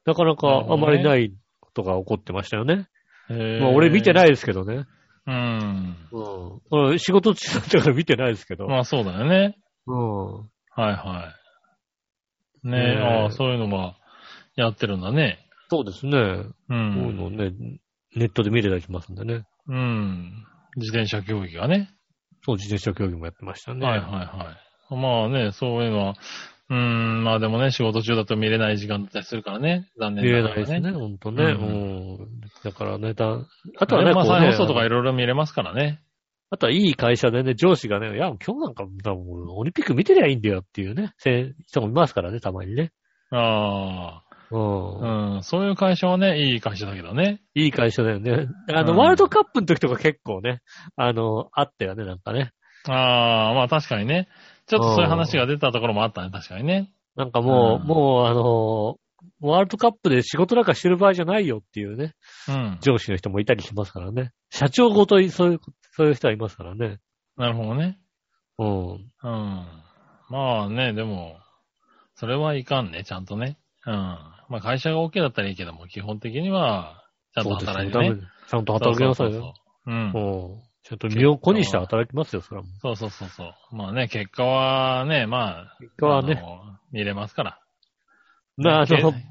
なかなかあまりないことが起こってましたよね。まあ俺見てないいですけどね。うん。うん。俺仕事中だったから見てないですけど。まあそうだよね。うん。はいはい。ねねええ、ああ、そういうのはやってるんだね。そうですね。うこういうのん。ね、ネットで見れたりしますんでね。うん。自転車競技がね。そう、自転車競技もやってましたね。はいはいはい。まあね、そういうのは、うん、まあでもね、仕事中だと見れない時間だったりするからね。残見念れなながいらですね、。ほんとね。う。うんだからね、だあとあとははね、ね、まあこう再ね放送とかいろいろ見れますからね。あとはいい会社でね、上司がね、いや、今日なんか、多分オリンピック見てりゃいいんだよっていうね、せ人もいますからね、たまにね。あうあ、ん。うん、そういう会社はね、いい会社だけどね。いい会社だよね。あの、うんワールドカップの時とか結構ね、あの、あったよね、なんかね。ああ、まあ確かにね。ちょっとそういう話が出たところもあったね、確かにね。なんかもう、うんもうあのーワールドカップで仕事なんかしてる場合じゃないよっていうね、うん。上司の人もいたりしますからね。社長ごとにそういう、そういう人はいますからね。なるほどね。うん。うん。まあね、でも、それはいかんね、ちゃんとね。うん。まあ会社が OK だったらいいけども、基本的には、ちゃんと働いてそうですね。ねちゃんと働きなさいそうそうよ。そううんう。ん。ちゃんと身を粉にして働きますよ、それはもそうそうそうそう。まあね、結果はね、まあ、う。結果はあね、の見れますから。な、あ関係のな、い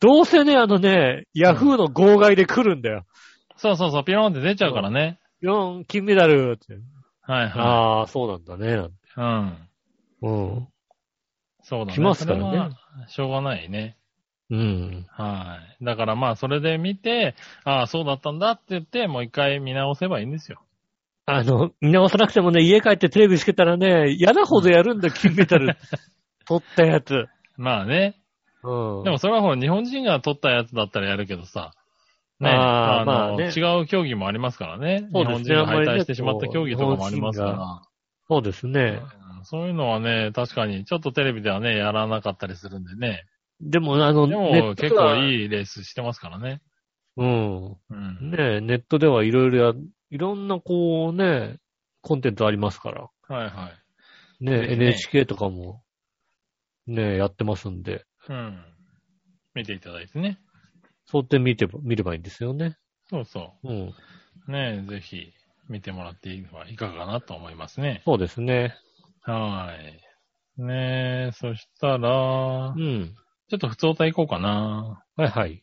どうせね、あのね、ヤフーの号外で来るんだよ。そうそうそう、ピローンって出ちゃうからね。 4、金メダルって。はいはああ、そうなんだね。い。うん。うん。そうだね。来ますからねそれは。しょうがないね。うん。はい。だからまあ、それで見て、ああ、そうだったんだって言って、もう一回見直せばいいんですよ。あの、見直さなくてもね、家帰ってテレビつけたらね、嫌なほどやるんだよ、金メダ ル。取ったやつ。まあね。うん。でもそれはほら、日本人が取ったやつだったらやるけどさ。ね。あーのまあね違う競技もありますからね。そう日ですね本人があんま敗りね退してしまった競技とかもありますこかそうですね。ら。うんそういうのはね、確かに、ちょっとテレビではね、やらなかったりするんでね。でも、あの、でネッも、トで結構はいいレースしてますからね。うん。うん。ねえネットではいろいろや、いろんなこうね、コンテンツありますから。はいはい。ねえねえ NHK とかも、ねえやってますんで、うん。見ていただいてね。そうやって見てば、見ればいいんですよね。そうそうん。う。ねぜひ、見てもらっていいのはいかがかなと思いますね。そうですね。はーい。ねそしたう、らん。ちょっと普通歌いこうかな。はいはい。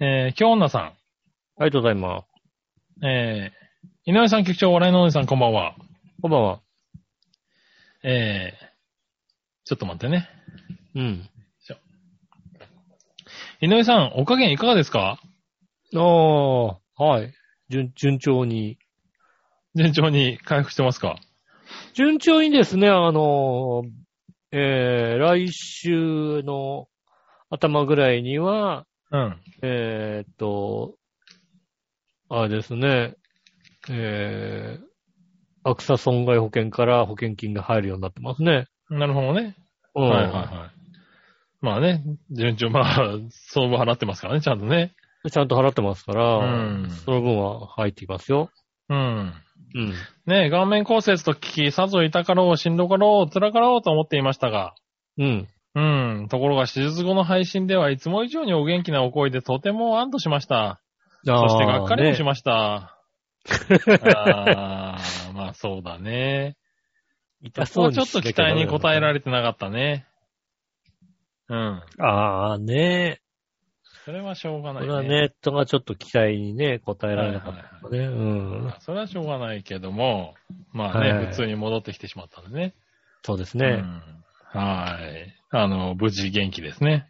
えー、京女あさりがとうございます。ん。えー、井上さん局長、笑いのお姉さん、こんばんは。こんばんは。えー、ちょっと待ってね。うん。井上さん、お加減いかがですかああ、はい。順、順調に。順調に回復してますか順調にですね、あの、えー、来週の頭ぐらいには、うん。えーっと、あれですね、えー、アクサ損害保険から保険金が入るようになってますね。なるほどね。うん。はいはいはい。まあね、順調、まあ、相場払ってますからね、ちゃんとね。ちゃんと払ってますから、うんその分は入ってきますよ。うん。うん。ねえ、顔面骨折と聞き、さぞ痛かろう、しんどかろう、辛かろうと思っていましたが、うん。うん。ところが手術後の配信ではいつも以上にお元気なお声でとても安堵しました。そしてがっかりもしまました。あーまあそうだね。痛そそこうはにちょっと期待に応えられれてなかったね。うん。ああ、ねそれはしょうがこなれいね。はネットがちょっと期待にね、応えられなかったね。うん。それはしょうがないけども、まあね、はい普通に戻ってきてしまったんでね。そうですうね。ん、はい。あの、無事元気ですね。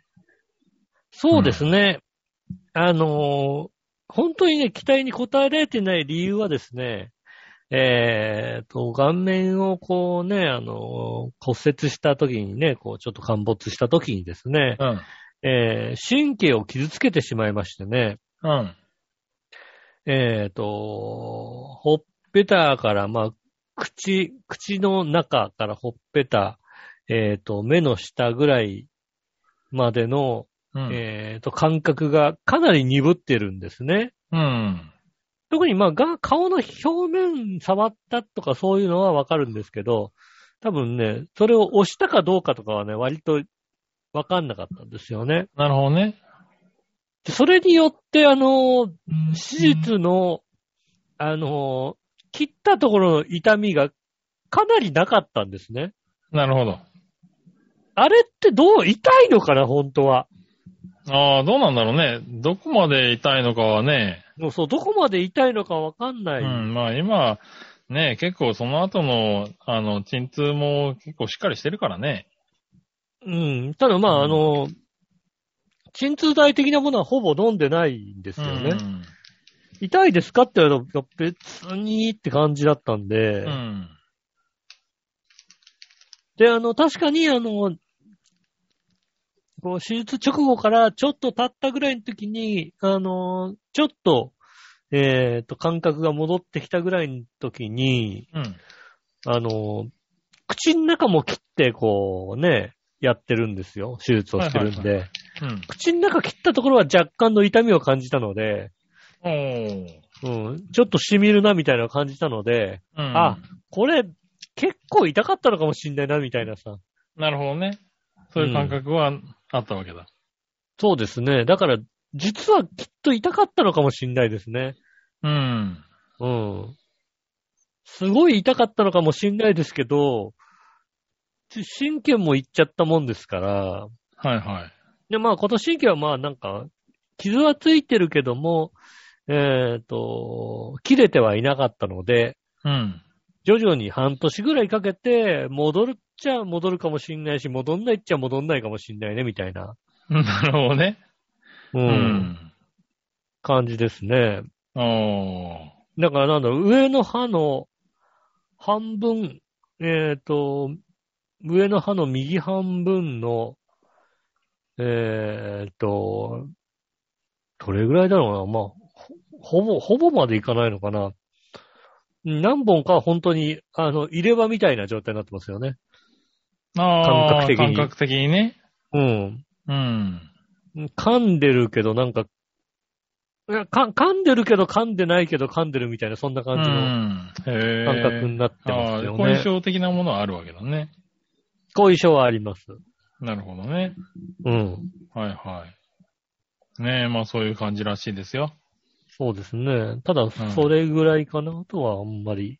そうですね。あのー本当にね、期待に応えられてない理由はですね、えー、と、顔面をこうね、あのー骨折した時にね、こうちょっと陥没した時にですね、うん。えー神経を傷つけてしまいましてね、うん。えー、と、ほっぺたから、まあ、口、口の中からほっぺた、えー、と、目の下ぐらいまでの、うん。えっ、と、感覚がかなり鈍ってるんですね。うん。特にまあ、が顔の表面触ったとかそういうのはわかるんですけど、多分ね、それを押したかどうかとかはね、割とわかんなかったんですよね。なるほどね。でそれによって、あの、手うん術の、あの、切ったところの痛みがかなりなかったんですね。なるほど。あれってどう、痛いのかな、本当は。ああ、どうなんだろうね。どこまで痛いのかはね。もうそう、どこまで痛いのかわかんない。うん。まあ今、ね、結構その後の、あの、鎮痛も結構しっかりしてるからね。うん。ただまあ、あの、鎮痛剤的なものはほぼ飲んでないんですよね。うん痛いですかって言われたら別にって感じだったんで、うん。で、あの、確かにあの、こう手術直後からちょっと経ったぐらいの時に、あの、ちょっと、えっ、と、感覚が戻ってきたぐらいの時に、うん。あの、口の中も切って、こうね、やってるんですよ。手術をしてるんで。はいはいうん。口の中切ったところは若干の痛みを感じたので、おーうん、ちょっと染みるなみたいなのを感じたので、うん。あ、これ結構痛かったのかもしんないなみたいなさ。なるほどね。そういう感覚はあったわけだ。そうですね。だから、実はきっと痛かったのかもしんないですね。うん。うん。すごい痛かったのかもしんないですけど、ち神経もいっちゃったもんですから、はいはい。で、まあ、今年期はまあ、なんか、傷はついてるけども、えっ、と、切れてはいなかったので、うん。 徐々に半年ぐらいかけて、戻るっちゃ戻るかもしんないし、戻んないっちゃ戻んないかもしんないね、みたいな、なるほどね。うん、うん。感じですね。おだからなんだろう、上の歯の半分、えっ、と、上の歯の右半分の、えっ、と、どれぐらいだろうな、まあ、ほほぼ、ほぼまでいかないのかな。何本か本当に、あの、入れ歯みたいな状態になってますよね。ー。感覚あー的に感覚的にね。うん。うん。噛んでるけど、なんか、いやか噛んでるけど噛んでないけど噛んでるみたいな、そんな感じのうん。感覚になってあまあすよー、ね。後遺症的なものはあるわけだね。後遺症はあります。なるほどね。うん。はいはい。ねえ、まあそういう感じらしいですよ。そうですね。ただ、それぐらいかなとはあんまり、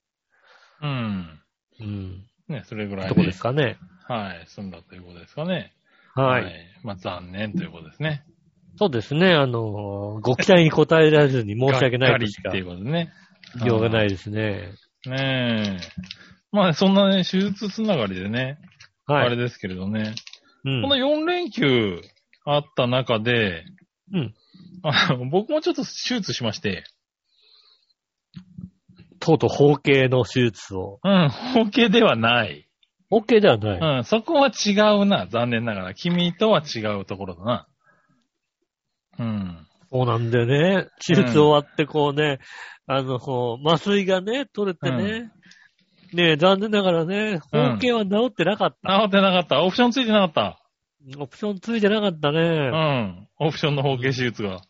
うん。うん。ね、それぐらいとこですかね。はい、済んだということですかね。はい。まあ残念ということですね。そうですね。あのー、ご期待に応えられずに申し訳ないとし がかっかりっていうことでね。。言いようがないいですね。ねえ。まあそんなね、手術つながりでね、はあれい。ですけれどね、うんこの4連休あった中で、うんあの僕もちょっと手術しまして、とうとう包茎の手術を。うん、包茎ではない。 OK ではない。うん、そこは違うな、残念ながら。君とは違うところだな。うん。そうなんだよね。手術終わってこうね、あの、こう、麻酔がね、取れてね。ねえ残念ながらね、包茎は治ってなかった。治ってなかった。オプションついてなかオプションついてなかったねった。う。ん。オプションの包茎手術が。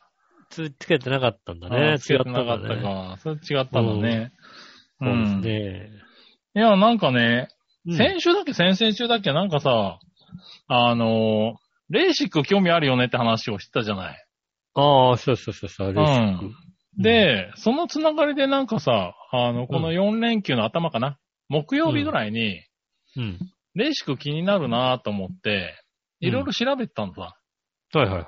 つつけてなかったんだあね。ーつけ違ってたんなかだったね。か。それ違ったのね。そううん。ですね。いや、なんかね、うん先週だっけ、先々週だっけ、なんかさ、あのー、レーシック興味あるよねって話をしてたじゃない。ああ、そうそうそうそう、レーシック。で、そのつながりでなんかさ、あの、この4連休の頭かな。木曜日ぐらいに、うん。レーシック気になるなと思って、いろいろ調べてたんだ。はいはい。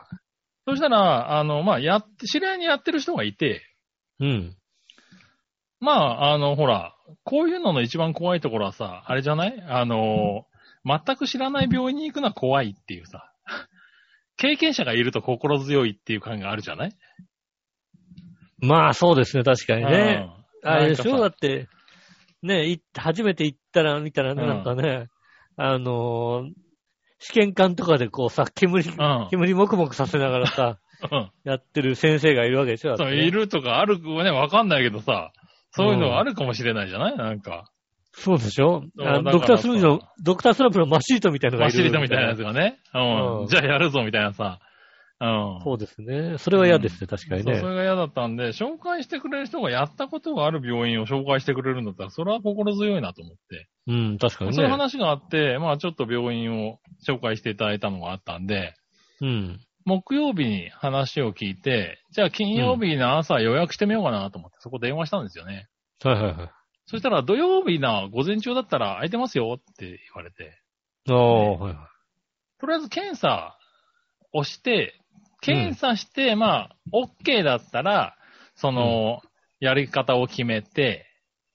そしたら、あの、まあ、やって、知り合いにやってる人がいて、うん。まあ、あの、ほら、こういうのの一番怖いところはさ、あれじゃないあの、全く知らない病院に行くのは怖いっていうさ、 経験者がいると心強いっていう感があるじゃないまあそうですね、確かにね。うんあれでしなょんだかさって、ね、い初めて行ったら、見たらね、うんなんかね、あのー試験管とかでこうさ、煙、ん煙もくもくさせながら さ、うんやってる先生がいるわけでしょだってそう、ねいるとかあるかね、わかんないけどさ、そういうのがあるかもしれないじゃないなんか、そうでしょそうあだからのドクタースランプの、ドクタースランプのマシートみたいなのがマいシるリタみたいなやつがね、う、うんんじゃあやるぞみたいなさ、うん。そうですね。それは嫌ですね、確かにそう、そね。れが嫌だったんで、紹介してくれる人がやったことがある病院を紹介してくれるんだったら、それは心強いなと思って。うん、確かにね。そういう話があって、まあちょっと病院を紹介していただいたのがあったんで、うん。木曜日に話を聞いて、じゃあ金曜日の朝予約してみようかなと思って、そこ電話したんですよね。はいはいはい。そしたら土曜日の午前中だったら空いてますよって言われて、ああ、はいはとりあえず検査をして、検査して、まあ、OK だったら、その、やり方を決めて、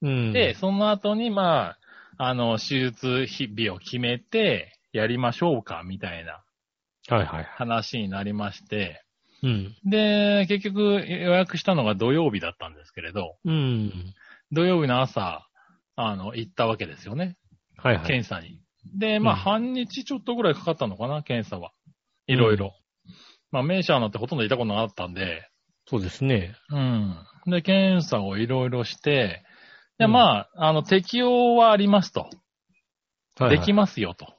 い。うん。で、その後に、まあ、あの、手術日々を決めて、やりましょうか、みたいなはいはい。話になりまして、うん。で、結局予約したのが土曜日だったんですけれど、うん。土曜日の朝、あの、行ったわけですよね、はいはい。検査に。で、まあ、うん半日ちょっとぐらいかかったのかな、検査は。いろいろ。まあ、名車なんてほとんどいたことなかったんで、そうですね。うん。で、検査をいろいろして、で、うんまあ、あの、適用はありますと。はいはいできますよと。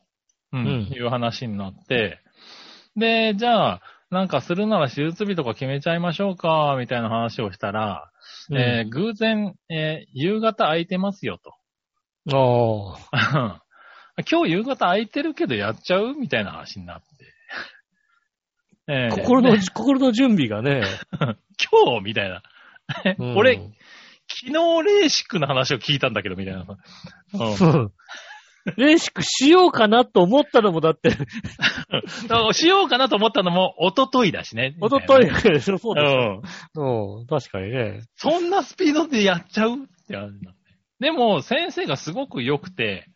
うんうんいう話になって、で、じゃあ、なんかするなら手術日とか決めちゃいましょうか、みたいな話をしたら、うんえー偶然、えー夕方空いてますよと。あうん 今日夕方空いてるけどやっちゃうみたいな話になって。 ええあ、心ので、心の準備がね。今日みたいな。うん 俺、昨日レーシックの話を聞いたんだけど、みたいな。うんそう。レーシックしようかなと思ったのもだ って、だからしようかなと思ったのも、おとといだしね。おとといみだけでしょ、そうたでいすなよね。うん。うん、確かにね。そんなスピードでやっちゃうってあるんだね。でも、先生がすごく良くて、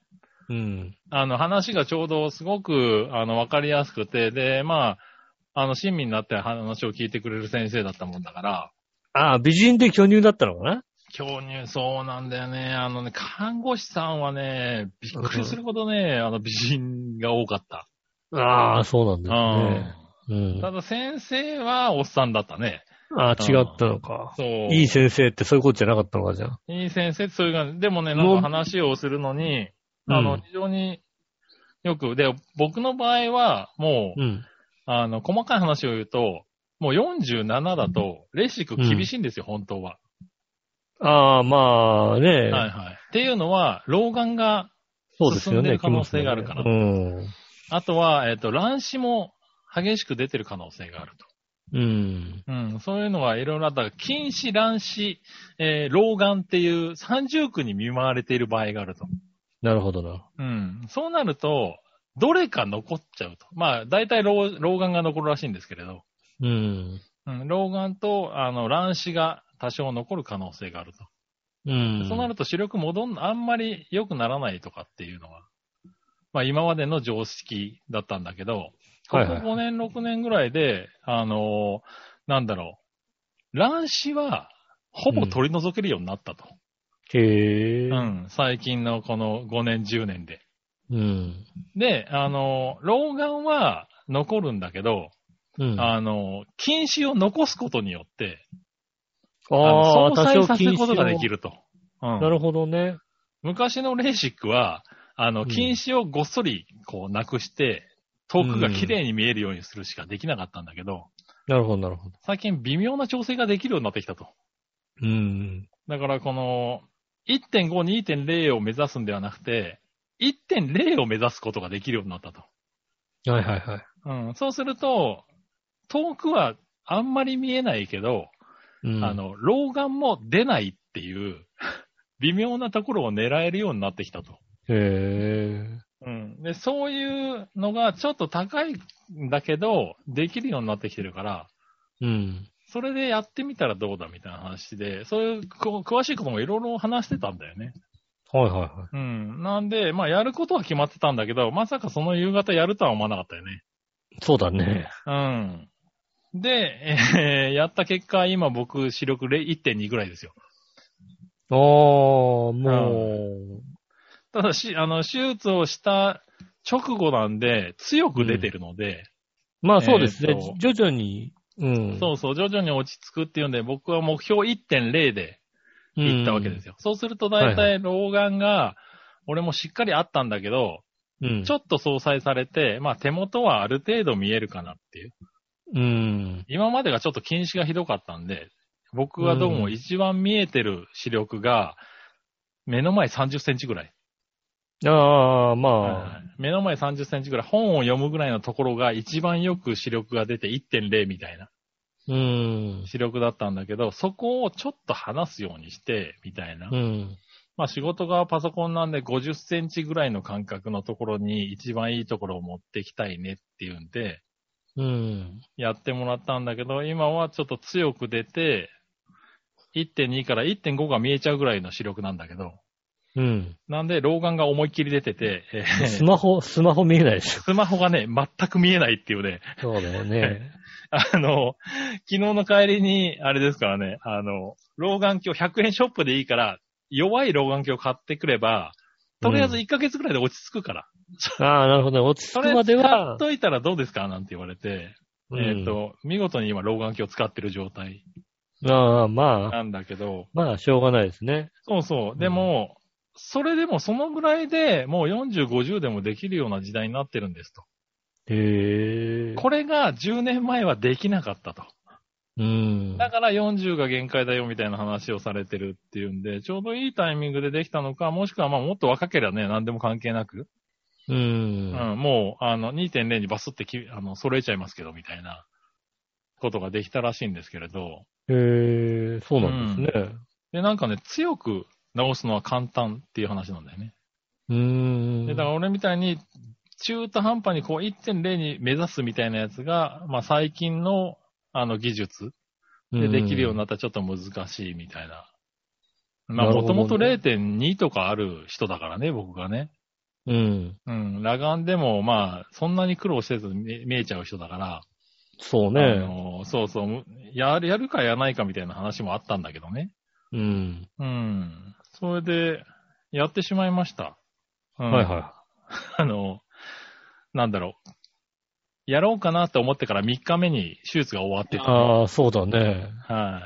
うん。あの、話がちょうどすごく、あの、わかりやすくて、で、まあ、あの、親身になって話を聞いてくれる先生だったもんだから、ああ、美人で巨乳だったのかな教入、そうなんだよね。あのね、看護師さんはね、びっくりするほどね、あの、美人が多かった。ああ、そうなんですね。う。うんたん。だ先生はおっさんだったね。ああ、違ったのか。そう。いい先生ってそういうことじゃなかったのか、じゃあ。いい先生、それが、でもね、なんか話をするのに、うんあの、非常によく、で、僕の場合は、もう、うん。あの、細かい話を言うと、もう47だと、レーシック厳しいんですよ、本当は。ああ、まあね、はいはい。っていうのは、老眼が、そうですよ進んでね、る可能性があるから気持ちもねあとは、えっ、と、乱視も激しく出てる可能性があると。うん。うん。うん、そういうのはいろいろあったが、近視、乱視、えー老眼っていう三重苦に見舞われている場合があると。なるほどな。うん。そうなると、どれか残っちゃうと。まあ、大体老老眼が残るらしいんですけれど、うん。うん、老眼と、あの、乱視が多少残る可能性があると。うん。そうなると視力戻ん、あんまり良くならないとかっていうのは、まあ、今までの常識だったんだけど、ここはいはい5年、6年ぐらいで、あのーなんだろう、乱視は、ほぼ取り除けるようになったと。へえ。うん、最近のこの5年、10年で。うん。で、あの、老眼は残るんだけど、うん。あの、禁止を残すことによって、あああ、の相殺させる禁止をことができると。うんなるほどね。昔のレーシックは、あうの、ん禁止をごっそり、こう、なくして、遠くが綺麗に見えるようにするしかできなかったんだけど、なるほど、なるほど。最近微妙な調整ができるようになってきたと。うん。だから、この、1.5、2.0を目指すんではなくて、1.0を目指すことができるようになったと。はいはいはい。うん、そうすると、遠くはあんまり見えないけど、うん、あ、の、老眼も出ないっていう、微妙なところを狙えるようになってきたと。へえ。うん。で、そういうのがちょっと高いんだけど、できるようになってきてるから、うん。それでやってみたらどうだみたいな話で、そういうこ詳しいこともいろいろ話してたんだよね。はいはいはうん。なんで、まあやることは決まってたんだけど、まさかその夕方やるとは思わなかったよね。い。そうだね。うん。で、えーやった結果、今僕、視力れ1.2ぐらいですよ。ああ、もただし、あの、手術をした直後なんで、強く出てるので、う、まあそうですねえー。徐々に、うん。そうそう、徐々に落ち着くっていうんで、僕は目標1.0でうん。いったわけですよ。そうすると大はい体老眼が、俺もしっかりあったんだけど、うん。ちょっと相殺されて、まあ手元はある程度見えるかなっていう。うん。今までがちょっと近視がひどかったんで、僕がどうも一番見えてる視力が、目の前30センチぐらい。ああ、はまあ、い目の前30センチぐらい、本を読むぐらいのところが一番よく視力が出て1.0みたいなうん。視力だったんだけど、そこをちょっと離すようにして、みたいな。うん。まあ仕事がパソコンなんで50センチぐらいの間隔のところに一番いいところを持ってきたいねっていうんで、うん。やってもらったんだけど、今はちょっと強く出て、1.2から1.5が見えちゃうぐらいの視力なんだけど、うん。なんで老眼が思いっきり出てて、えースマホ、スマホ見えないでしょ。スマホがね、全く見えないっていうね、そうだよ ね。あの、昨日の帰りに、あれですからね、あの、老眼鏡100円ショップでいいから、弱い老眼鏡買ってくれば、とりあえず1ヶ月ぐらいで落ち着くから。ああ、なるほど。落ちそ着れくまで使はっ、といたらどうですかなんて言われて、えっ、と、見事に今老眼鏡使ってる状態うん、ああ、まあ、なんだけど、まあ、しょうがないですね。そうそう。でも、それでもそのぐらいでもう40、50でもできるような時代になってるんですと。へえ。これが10年前はできなかったと。うん。だから40が限界だよみたいな話をされてるっていうんで、ちょうどいいタイミングでできたのか、もしくはまあもっと若ければね、何でも関係なく、う。うんん、もうあの2.0にバスってきあの揃えちゃいますけどみたいなことができたらしいんですけれど、へえ、そうなんですね。で、なんかね、強く直すのは簡単っていう話なんだよね。うーん。で、だから俺みたいに、中途半端にこう1.0に目指すみたいなやつが、まあ最近の、あの技術でできるようになったらちょっと難しいみたいな。まあなるほもとどねもと0.2とかある人だからね、僕がね。うん。うん。うん、裸眼でもまあそんなに苦労せず見見えちゃう人だから。そうあね。のそうそう、やる、やるかやらないかみたいな話もあったんだけどね。うん。うん。それで、やってしまいました。うんはいはあの、なんだろう。やろうかなって思ってから3日目に手術が終わってい。た。ああ、そうだね。は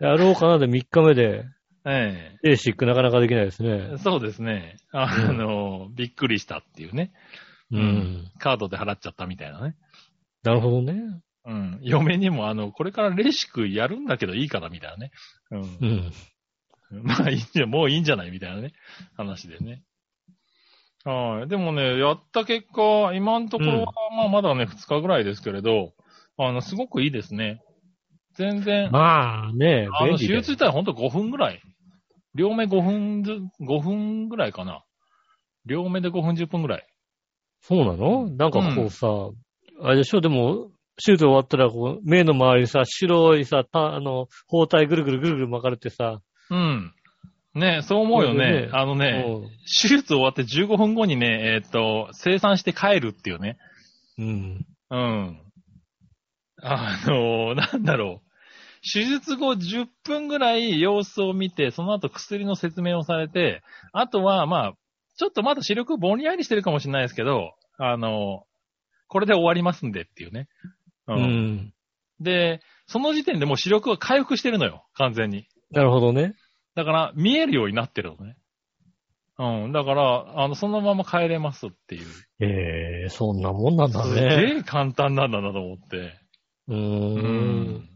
い。やろうかなで3日目で、えエーシックなかなかできないですねえ。。そうですね。あの、びっくりしたっていうね。ううんん。カードで払っちゃったみたいなね。なるほどね。うん。嫁にも、あの、これからレシックやるんだけどいいからみたいなね。うんう。ん。 まあいいんじゃ、もういいんじゃないみたいなね、話でね。はい。でもね、やった結果、今のところは、まあまだね、2日ぐらいですけれど、あの、すごくいいですね。全然、まあね、あの、便手利だよ術自体ほんと5分ぐらい。両目5分ず、5分ぐらいかな。両目で5分10分ぐらい。そうなのなんかこうさ、あれでしょでも、手術終わったら、こう、目の周りにさ、白いさ、たあの、包帯ぐるぐるぐるぐる巻かれてさ、うん。ねそう思うよそうだよねね。あのね、手術終わって15分後にね、えーっと、生産して帰るっていうね。うん。うん。あの、なんだろう。手術後10分ぐらい様子を見て、その後薬の説明をされて、あとは、まあ、ちょっとまだ視力ぼんやりしてるかもしれないですけど、あの、これで終わりますんでっていうね。ううんん。うん。で、その時点でもう視力が回復してるのよ、完全に。なるほどね。だから、見えるようになってるのね。うん、だから、あの、そのまま帰れますっていう。ええそんなもんなんだすね。げえ簡単なんだなと思って。うーん。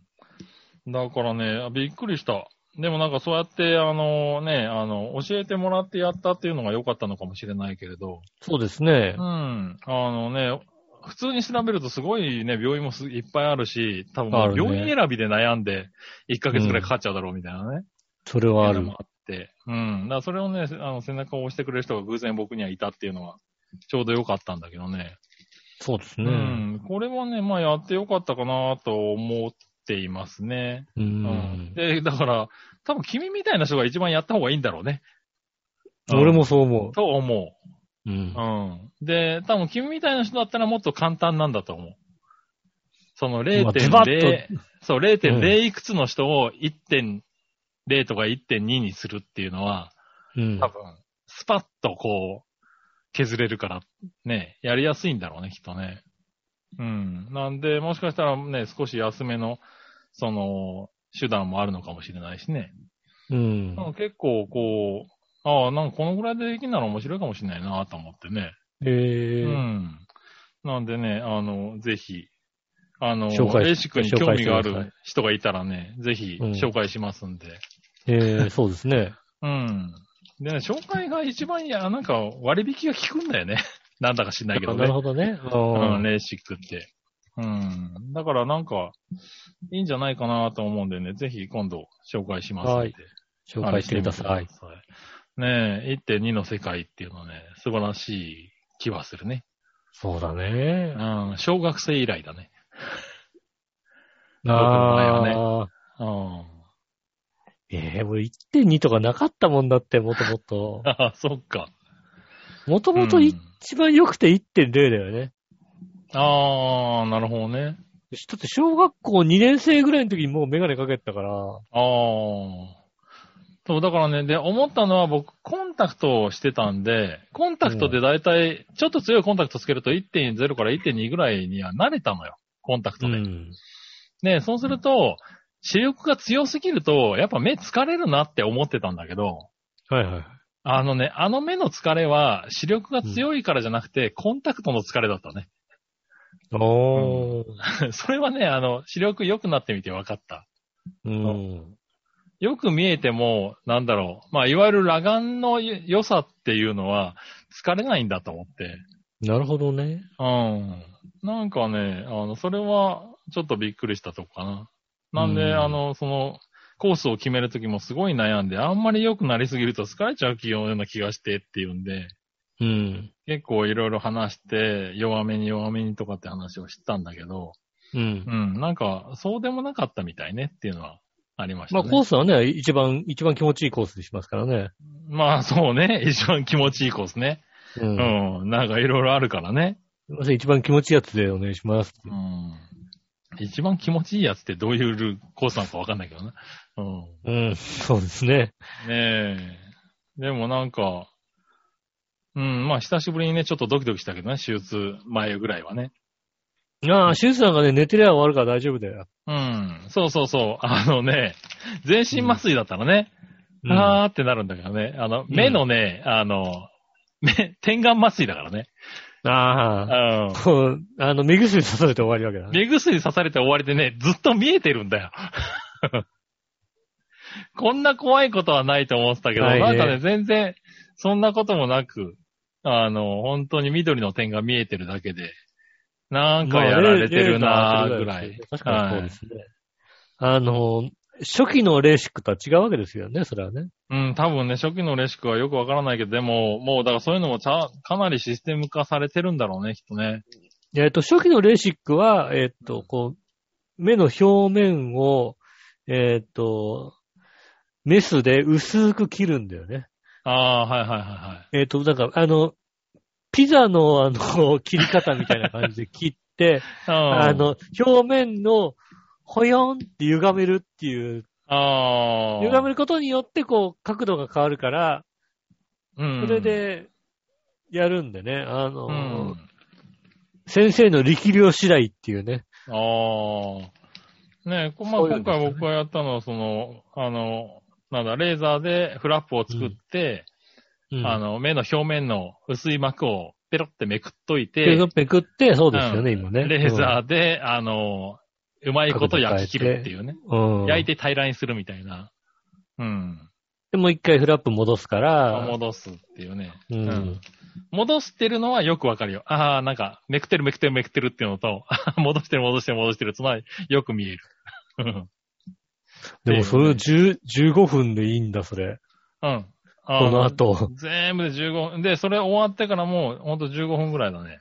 だからね、あびっくりした。でもなんかそうやって、あのね、あの、教えてもらってやったっていうのが良かったのかもしれないけれど、そうですねう。ん、あのね、普通に調べるとすごいね、病院もすいっぱいあるし、多分もうあるね病院選びで悩んで、1ヶ月くらいかかっちゃうだろうみたいなね。それはあっていうるの。もあって。うん。だからそれをね、あの、背中を押してくれる人が偶然僕にはいたっていうのは、ちょうど良かったんだけどね。そうですうね。ん。これはね、まあやって良かったかなと思っていますね。ううんん。で、だから、多分君みたいな人が一番やった方がいいんだろうね。俺もそう思と思う。うんう。う。ん。で、多分君みたいな人だったらもっと簡単なんだと思う。その0.0、まあズバッそう、0.0いくつの人を1.0とか1.2にするっていうのは、うん多。分、スパッとこう、削れるから、ね、やりやすいんだろうね、きっとね。うん。なんで、もしかしたらね、少し安めの、その、手段もあるのかもしれないしね。うん。なんか結構こう、ああ、なんかこのぐらいでできんなら面白いかもしれないなと思ってね。ええうん。なんでね、あの、ぜひ、あの、紹介しレーシックに興味があ紹介してくださる人がいたらね、ぜひうん紹介しますんで。ええそうですね。うん。でね、紹介が一番いや、なんか割引が効くんだよね。 なんだか知んないけどなねる。ほどね。うん、うレーシックって。うん。だからなんか、いいんじゃないかなと思うんでね、ぜひ今度紹介しますんで。はいん。紹介してください。ねえ、1.2の世界っていうのはね、素晴らしい気はするね。そうだうね。ん、小学生以来だね。僕の場合はねああ。うん。 ええ俺1.2とかなかったもんだって、もとも と。ああ、そっか。もともとうん一番良くて1.0だよね。ああ、なるほどね。だって小学校2年生ぐらいの時にもうメガネかけてたから。ああ。そう、だからね、で、思ったのは僕、コンタクトをしてたんで、コンタクトでだいたい、ちょっと強いコンタクトつけると1.0から1.2ぐらいには慣れたのよ。コンタクトで。ん。ね、そうすると、視力が強すぎると、やっぱ目疲れるなって思ってたんだけど、はいはい。あのね、あの目の疲れは、視力が強いからじゃなくて、コンタクトの疲れだったね。 おー。それはね、あの、視力良くなってみて分かった。うん。よく見えても、なんだろう。まあ、いわゆる裸眼の良さっていうのは、疲れないんだと思って。なるほどね。うん。なんかね、あの、それは、ちょっとびっくりしたとこかな。なんで、うんあの、その、コースを決めるときもすごい悩んで、あんまり良くなりすぎると疲れちゃうような気がしてっていうんで、うん。結構いろいろ話して、弱めに弱めにとかって話をしてたんだけど、うんう。ん、なんか、そうでもなかったみたいねっていうのはありましたまあね。コースはね、一番、一番気持ちいいコースにしますからね。まあそうね、一番気持ちいいコースね。う。うんん、なんかいろいろあるからね。すいません、一番気持ちいいやつでお願いします。うん。一番気持ちいいやつってどういうルーコースなのかわかんないけどね。うん。うん。そうですね。ねえ。でもなんか、うん、まあ久しぶりにね、ちょっとドキドキしたけどね、手術前ぐらいはね。ああ、シューズなんかね、寝てりゃ終わるから大丈夫だよ。うん、そうそうそう。あのね、全身麻酔だったらね、うんあーってなるんだけどね、あの、目のね、あの、目、点眼麻酔だからね。ああ。うん。こう、あの、目薬刺されて終わりわけだね。目薬刺されて終わりでね、ずっと見えてるんだよ。 こんな怖いことはないと思ってたけど、ないねなんかね、全然、そんなこともなく、あの、本当に緑の点が見えてるだけで、なんかやられてるなーぐらい。確かにそうですね。あの、初期のレーシックとは違うわけですよね、それはね。うん、多分ね、初期のレシックはよくわからないけど、でも、もう、だからそういうのもちゃ、かなりシステム化されてるんだろうね、きっとね。えっ、と、初期のレーシックは、えっ、と、こう、目の表面を、えっ、と、メスで薄く切るんだよね。ああー、はいはいはいはい。えっ、と、なんか、あの、ピザの、あの、 切り方みたいな感じで切って、ああー、の、表面の、ほよんって歪めるっていう、ああ。歪めることによって、こう、角度が変わるから、うん。それ、で、やるんでね、あの、うん。先生の力量次第っていうね。ああ。ねえ、こまあ、そういう今んですよ回ね僕がやったのは、その、あの、なんだ、レーザーでフラップを作って、うん、あの、目の表面の薄い膜をペロってめくっといペてク、ペクって、そうですよね、うん今ね。レーザーで、あの、うまいこと焼き切るっていうね。うん、うん焼いて平らにするみたいな。うん。で、もう一回フラップ戻すから、戻すっていうね。ううんん。戻してるのはよくわかるよ。ああ、なんか、めくってるめくってるめくってるっていうのと、 あー戻してる戻してる戻してるつまり、よく見える。うんでもそれを10 15分でいいんだ、それ。うん。あーこの後。 全部で15分。で、それ終わってからもう、ほんと15分ぐらいだね。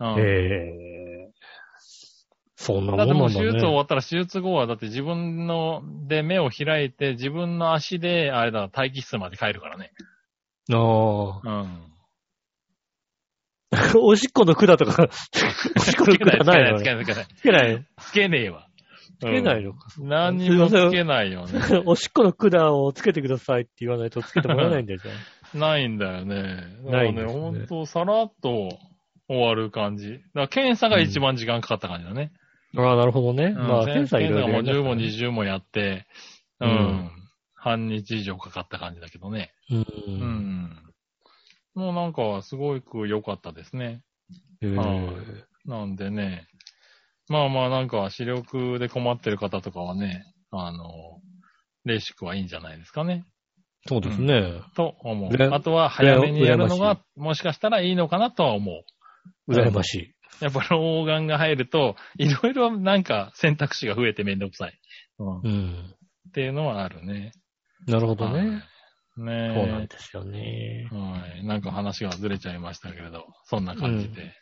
うん。ええそんなもだってんもなうんだ手術終ね。わったら手術後は、だって自分の、で目を開いて、自分の足で、あれだ、待機室まで帰るからね。あうん。 あ。おしっこの管と か、おしっこのつけない、管つけない ない、のつけない、つけない。つけない。つけねえわ。つつけないのか。何にもつけないよね。 おしっこの管をつけてくださいって言わないとつけてもらえないんだよ、じゃあ。ないんだよね。ないんだですねからね。ほんと、さらっと終わる感じ。だから検査が一番時間かかった感じだね。ああ、なるほどね。うんまあ、検査いろいろや検ります査がもかうら10問、ね。 20問やって、うん。うん半日以上かかった感じだけどね。ううん。ん。もうなんか、すごく良かったですね。へえはいなんでね。まあまあ、なんか、視力で困ってる方とかはね、あの、レーシックはいいんじゃないですかね。そうですね。と思うらう。あとは早めにやるのうらやが、もしかしたらいいのかなとは思う。羨ましい。やっぱ老眼が入ると、いろいろなんか選択肢が増えてめんどくさい。うんっうん。ていうのはあるね。なるほどね。はい。そうねえ。なんですよね。はい。なんか話がずれちゃいましたけれど、そんな感じで。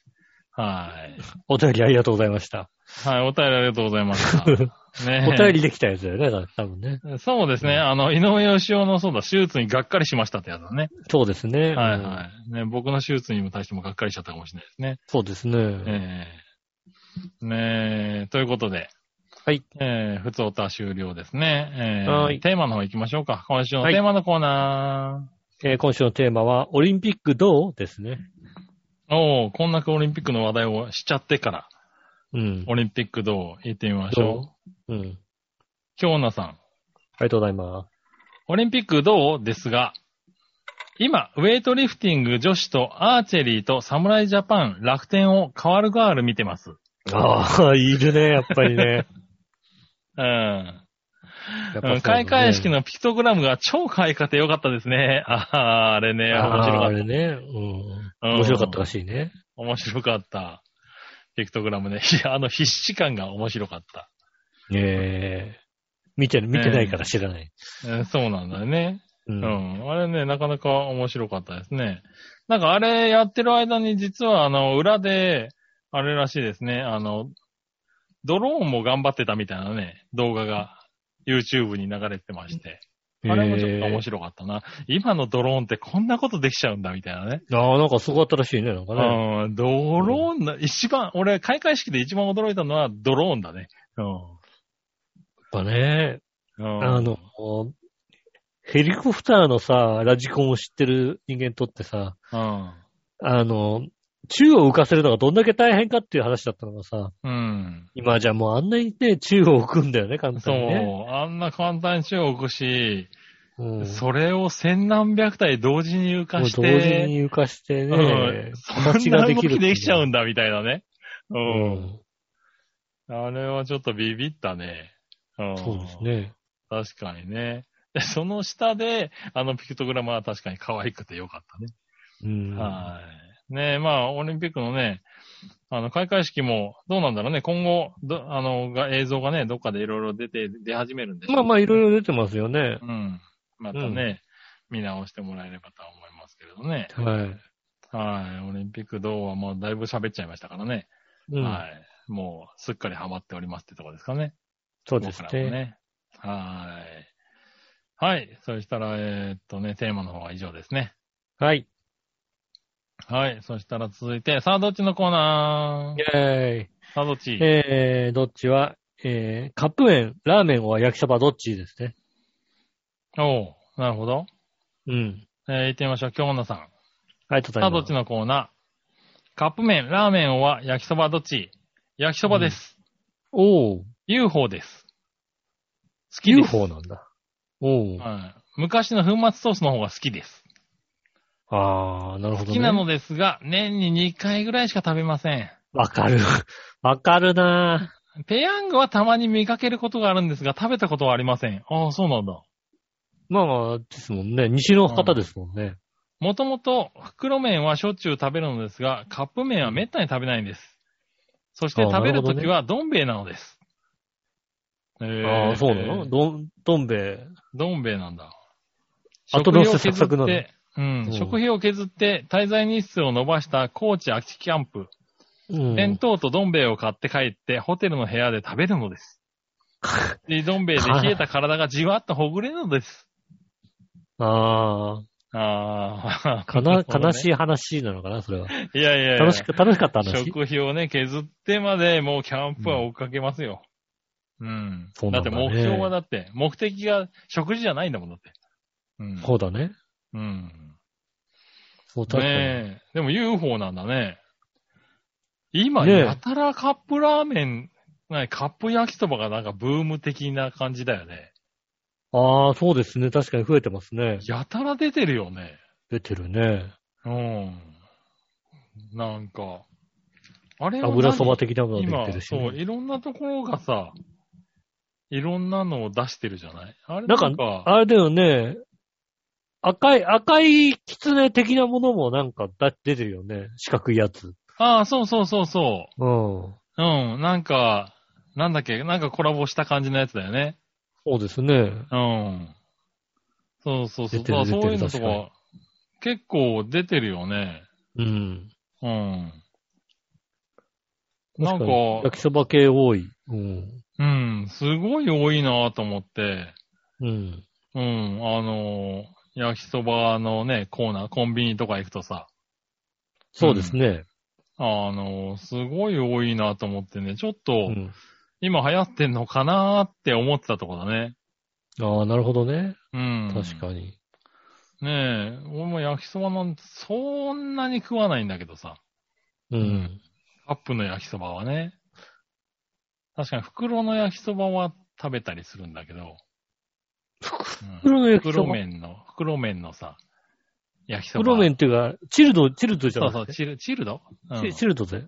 はい。お便りありがとうございました。はい、お便りありがとうござい ました。ねおえ便りできたやつだよね、だ多分ね。そうですね。あの、井上義雄の、そうだ、手術にがっかりしましたってやつだね。そうですね。はいうんはい。ね、僕の手術にも対してもがっかりしちゃったかもしれないですね。そうですね。ええねえ、ということで。はい。ええふつおた終了ですね。ええはいテーマの方行きましょうか。今週のはいテーマのコーナえー今週のテーマは、オリンピックどうですね。ー。おー、こんなくオリンピックの話題をしちゃってから、うん。オリンピックどう行ってみましょう。うん。あり京奈さん。がとうございます。オリンピックどうですが、今、ウェイトリフティング女子とアーチェリーと侍ジャパン楽天を変わるガール見てます。ああ、いるね、やっぱりね。うん。やっぱ うん開会式のピクトグラムが超可愛かったよかったですね。ああ、あれね、面白あかあっれね、うん。うん面白かったらしいね。た。面白かった。ピクトグラムね。いやあの必死感が面白かった。ええ見てる、見てないから知らない。うんそうなんだよね。う。うんん。あれね、なかなか面白かったですね。なんかあれやってる間に実はあの、裏で、あれらしいですね。あの、ドローンも頑張ってたみたいなね、動画が YouTube に流れてまして。あれもちょっと面白かったな。今のドローンってこんなことできちゃうんだみたいなね。い。ああ、なんかすごかったらしいね、なんかね。うん、ドローンな、一番、俺、開会式で一番驚いたのはドローンだね。やっぱね、うん。うんあの、ヘリコプターのさ、ラジコンを知ってる人間にとってさ、うん。あの、宙を浮かせるのがどんだけ大変かっていう話だったのがさ、うん。今じゃもうあんなにね、宙を浮くんだよね、簡そ単うにね。。あんな簡単に宙を浮くし、うんそれを千何百体同時に浮かして、もう同時に浮かしてね、うん、そ形んがなで動きるきっていできちゃうんだみたいなね。う。うんん。あれはちょっとビビったね。うん。そうです。ね。確かにね。でその下で、あのピクトグラムは確かに可愛くてよかったね。うん。はい。ねえ、まあ、オリンピックのね、あの、開会式も、どうなんだろうね、今後、どあの、が映像がね、どっかでいろいろ出て、出始めるんで。まあまあ、いろいろ出てますよね。うん。またね、見直してもらえればとは思いますけれどね。はい。はい。オリンピックどうはもうだいぶ喋っちゃいましたからね。うん。はい。もう、すっかりハマっておりますってとこですかね。そうです僕らね。もね。はい。はい。そしたら、えーっとね、テーマの方は以上ですね。はい。はい。そしたら続いて、さあどっちのコーナイーェーイ。さあどっちえー、どっちは、えー、カップ麺、ラーメンは焼きそばどっちですね。おうなるほど。うん。えー行ってみましょう。京女さん。ありがとうごさざあいどまっす。ちのコーナーカップ麺、ラーメンは焼きそばどっち焼きそばです。おー、 UFO です。好きです。 UFO なんだ。おー。はい昔の粉末ソースの方が好きです。あー、なるほど、ね。好きなのですが、年に2回ぐらいしか食べません。わかる。 わかるなペヤングはたまに見かけることがあるんですが、食べたことはありません。ああ、そうなんだ。ぁまあまあ、ですもんね。西の方ですもんね。もともと袋麺はしょっちゅう食べるのですが、カップ麺はめったに食べないんです。そしてああ食べるなるほとどねきはどん兵衛なのです。あああ、そうなのどん、どん兵衛。どん兵衛なんだ。後乗せサクサクなの食費を削ってうんうん食費を削って滞在日数を伸ばした高知秋キャンプ。うん。弁当とどん兵衛を買って帰ってホテルの部屋で食べるの です。で、どん兵衛で冷えた体がじわっとほぐれるのです。あああ、あ、か な、悲しい。い話なのかな、それは。いやいやいや楽しく、楽しかった話。食費をね、削ってまでもうキャンプは追っかけますよ。うん。そうなんだってだね目標はだって、目的が食事じゃないんだもんだって。うん。そうだね。うん。そう、確かに。ねえ。でも UFO なんだね。今、ねえやたらカップラーメン、なカップ焼きそばがなんかブーム的な感じだよね。ああ、そうですね。確かに増えてますね。やたら出てるよね。出てるね。うん。なんか、あれは何油そば的なものが今出てる、し、そう、ね。いろんなところがさ、いろんなのを出してるじゃないあれななんんかか、あれだよね。赤い、赤い狐的なものもなんかだ出てるよね。四角いやつ。ああ、そうそうそうそうん。う。うん、なんか、なんだっけ、なんかコラボした感じのやつだよね。そうですね。うん。そうそうそう。出てるだからそういうの出てると確か、結構出てるよね。うん。うん。な確かんか、に焼きそば系多い。うん。うん、すごい多いなと思って。うん。うん、あのー焼きそばのね、コーナー、コンビニとか行くとさ、そうですね。あの、すごい多いなと思ってね、ちょっうと、ん。今流行ってんのかなーって思ってたとこだね。ああ、なるほどね。うん。確かに。に。ねえ、俺も焼きそばなんて、そんなに食わないんだけどさ、うん。んカップの焼きそばはね。確かに袋の焼きそばは食べたりするんだけど、うん袋の焼きそ袋ば。麺の、袋麺のさ、焼きそば。袋麺っていうか、チルド、チルドじゃなそうそくう、て。チル、チルド、うんチチルドで。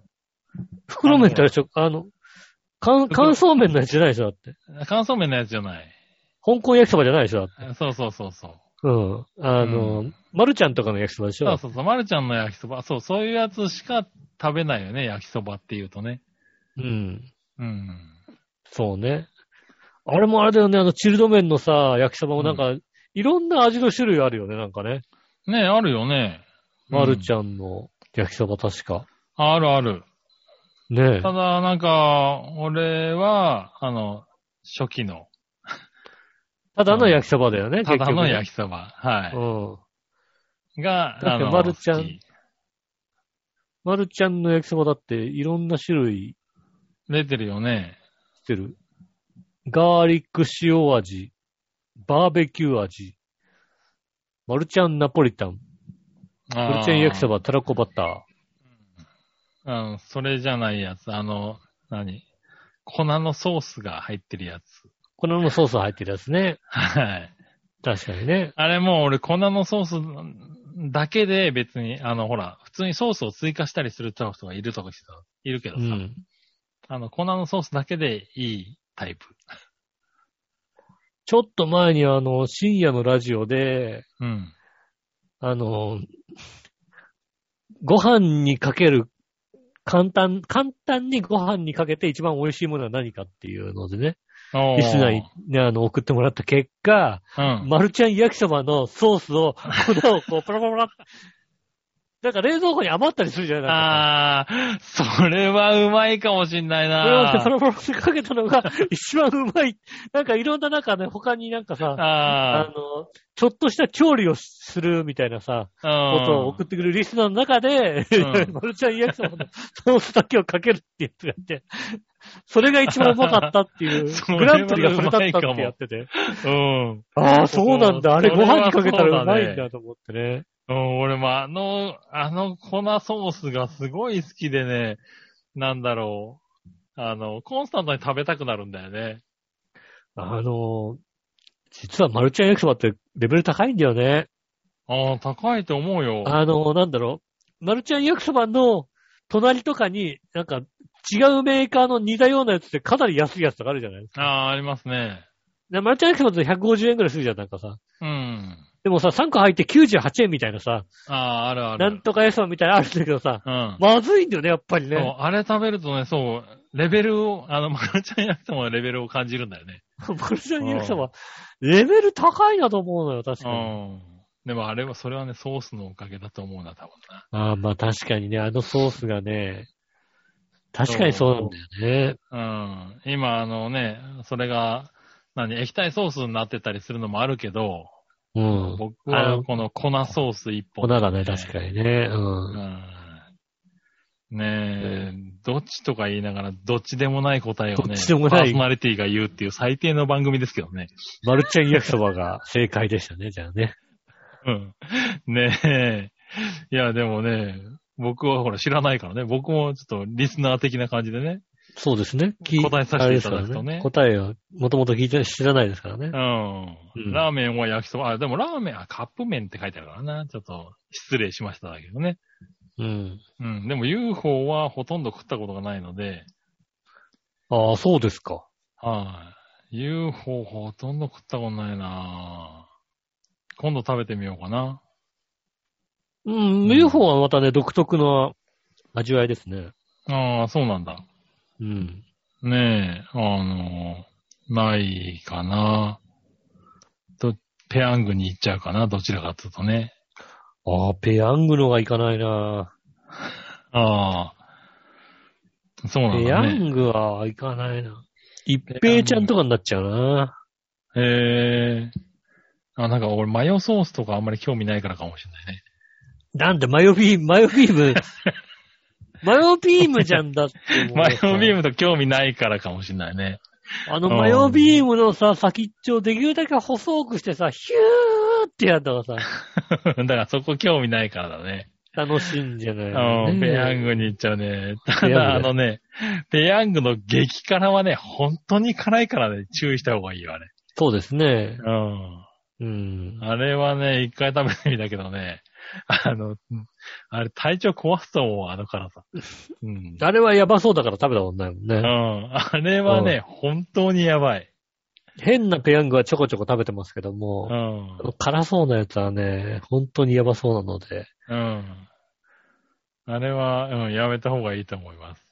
袋麺ってあれでしょあの、乾乾燥麺のやつじゃないでしょだって。乾燥麺のやつじゃない。香港焼きそばじゃないでしょだって。そうそうそうそう。うん。あの、うまるちゃんとかの焼きそばでしそうょそうそう、まるちゃんの焼きそば。そう、そういうやつしか食べないよね、焼きそばっていうとね。うん。うん。そうね。あれもあれだよね、あの、チルド麺のさ、焼きそばもなんか、いろんな味の種類あるよね、なんかね。ねあるよね。まるちゃんの焼きそば確か。あるある。ねえ。ただ、なんか、俺は、あの、初期の、ただの焼きそばだよね、ただのき焼きそば、はそば。い。が、だっあての、まるちゃん好きうん。まるちゃんの焼きそばだっていろんな種類出てるよね。してる。ガーリック塩味、バーベキュー味、まるちゃんナポリタン、あーまるちゃん焼きそ。ば、たらこバタうん、それじゃないやつ。あの、何粉のソースが入ってるやつ。 ー。粉のソース入ってるやつね。はい。確かにね。あれもう俺粉のソースだけで別に、あのほら、普通にソースを追加したりする人がいるとかいるけどうさ、ん。あの粉のソースだけでいいタイプ。 ちょっと前にあの、深夜のラジオで、うん。あの、ご飯にかける、簡単、簡単にご飯にかけて一番美味しいものは何かっていうのでね、おーリスナーに、ね、あの、送ってもらった結果、うん。マルちゃん焼きそばのソース を、粉をこう、パラパラパラってなんか冷蔵庫に余ったりするじゃないか。あー、それはうまいかもしんないそれをパな。ラパラってかけたのが 一番うまい。なんかいろんな中ね、他になんかさ、ああの、ちょっとした調理をするみたいなさ、ー、ことを送ってくれるリスナーの中で、う んマルちゃん焼きそばのソースだけをかけるってやつがあって、それが一番うまかったっていう、 それはグランプリがそれだったってやってて。うん。うん。ああ、そうなんだ。あれそごれは飯にかけたらうまいそんうだだと思ってね。うん、俺もあの、あの粉ソースがすごい好きでね、なんだろう。あの、コンスタントに食べたくなるんだよね。あのー、実はマルちゃん焼きそばってレベル高いんだよね。ああ、高いと思うよ。あのー、なんだろう。マルちゃん焼きそばの隣とかに、なんか違うメーカーの似たようなやつってかなり安いやつとかあるじゃないですあか。あ、ありますね。でマルちゃん焼きそばって150円くらいするじゃん、なんかさ。うん。でもさ、3個入って98円みたいなさ、ああ、あるある。なんとか安さみたいなのあるんだけどさ、うん。まずいんだよね、やっぱりそうね。、あれ食べるとね、そう、レベルを、あの、マルちゃん焼きそばのレベルを感じるんだよね。マルちゃん焼きそば、レベル高いなと思うのよ、確うかに。ん。でもあれは、それはね、ソースのおかげだと思うな、多分な。ああ、まあ確かにね、あのソースがね、確かにそうなんだよね。うん。今、あのね、それが、何、液体ソースになってたりするのもあるけど、うん。僕あはのこの粉ソース一粉本、がね、確かにね。う。うんん。ねえ、どっちとか言いながら、どっちでもない答えをね、どっちでもないパーソナリティが言うっていう最低の番組ですけどね。マルちゃん焼きそばが正解でしたね、じゃあね。うん。 ねえ。いや、でもね、僕はほら知らないからね、僕もちょっとリスナー的な感じでね。そうですね。聞い答えさせていただくとねあれですから答えをもともと聞いて知らないですからねう。ん。うんラーメンは焼きそば、あ、でもラーメンはカップ麺って書いてあるからな。ちょっと失礼しましただけどね。うん。うん。でも UFO はほとんど食ったことがないので、ああ、そうですか。はい。UFO ほとんど食ったことないなぁ今度食べてみようかな。うん、ん UFO はまたね、独特な味わいですね。ああ、そうなんだ。うん。ねえ、あのないかなと、ペヤングに行っちゃうかな、どちらかというとね。ああ、ペヤングのがいかないな、ああ、そうなんペヤだね。ングはいかないな。一平ちゃんとかになっちゃうな。へえ。あ、なんか俺マヨソースとかあんまり興味ないからかもしれないね。なんでマヨビーム、マヨビー ム。マヨビームじゃんだって。マヨビーム。ムと興味ないからかもしれないね。 あのマヨビームのさ、先っちょをできるだけ細くしてさ、ヒューってやったらさ、だからそこ興味ないからだね。楽しいんじゃないのうん、ねペヤングに行っちゃうね。たペヤングだだ、あのね、ペヤングの激辛はね、本当に辛いからね、注意した方がいいよ、あれ。そうですね。うん。うん。あれはね、一回食べてみたけどね、あの、あれ体調壊すと思う、あの辛さ。うん。あれはやばそうだから食べたことないもんうね。ん。あれはね、本当にやばい。変なペヤングはちょこちょこ食べてますけども。うんあ。の辛そうなやつはね、本当にやばそうなので。うん。あれは、うん、やめた方がいいと思います。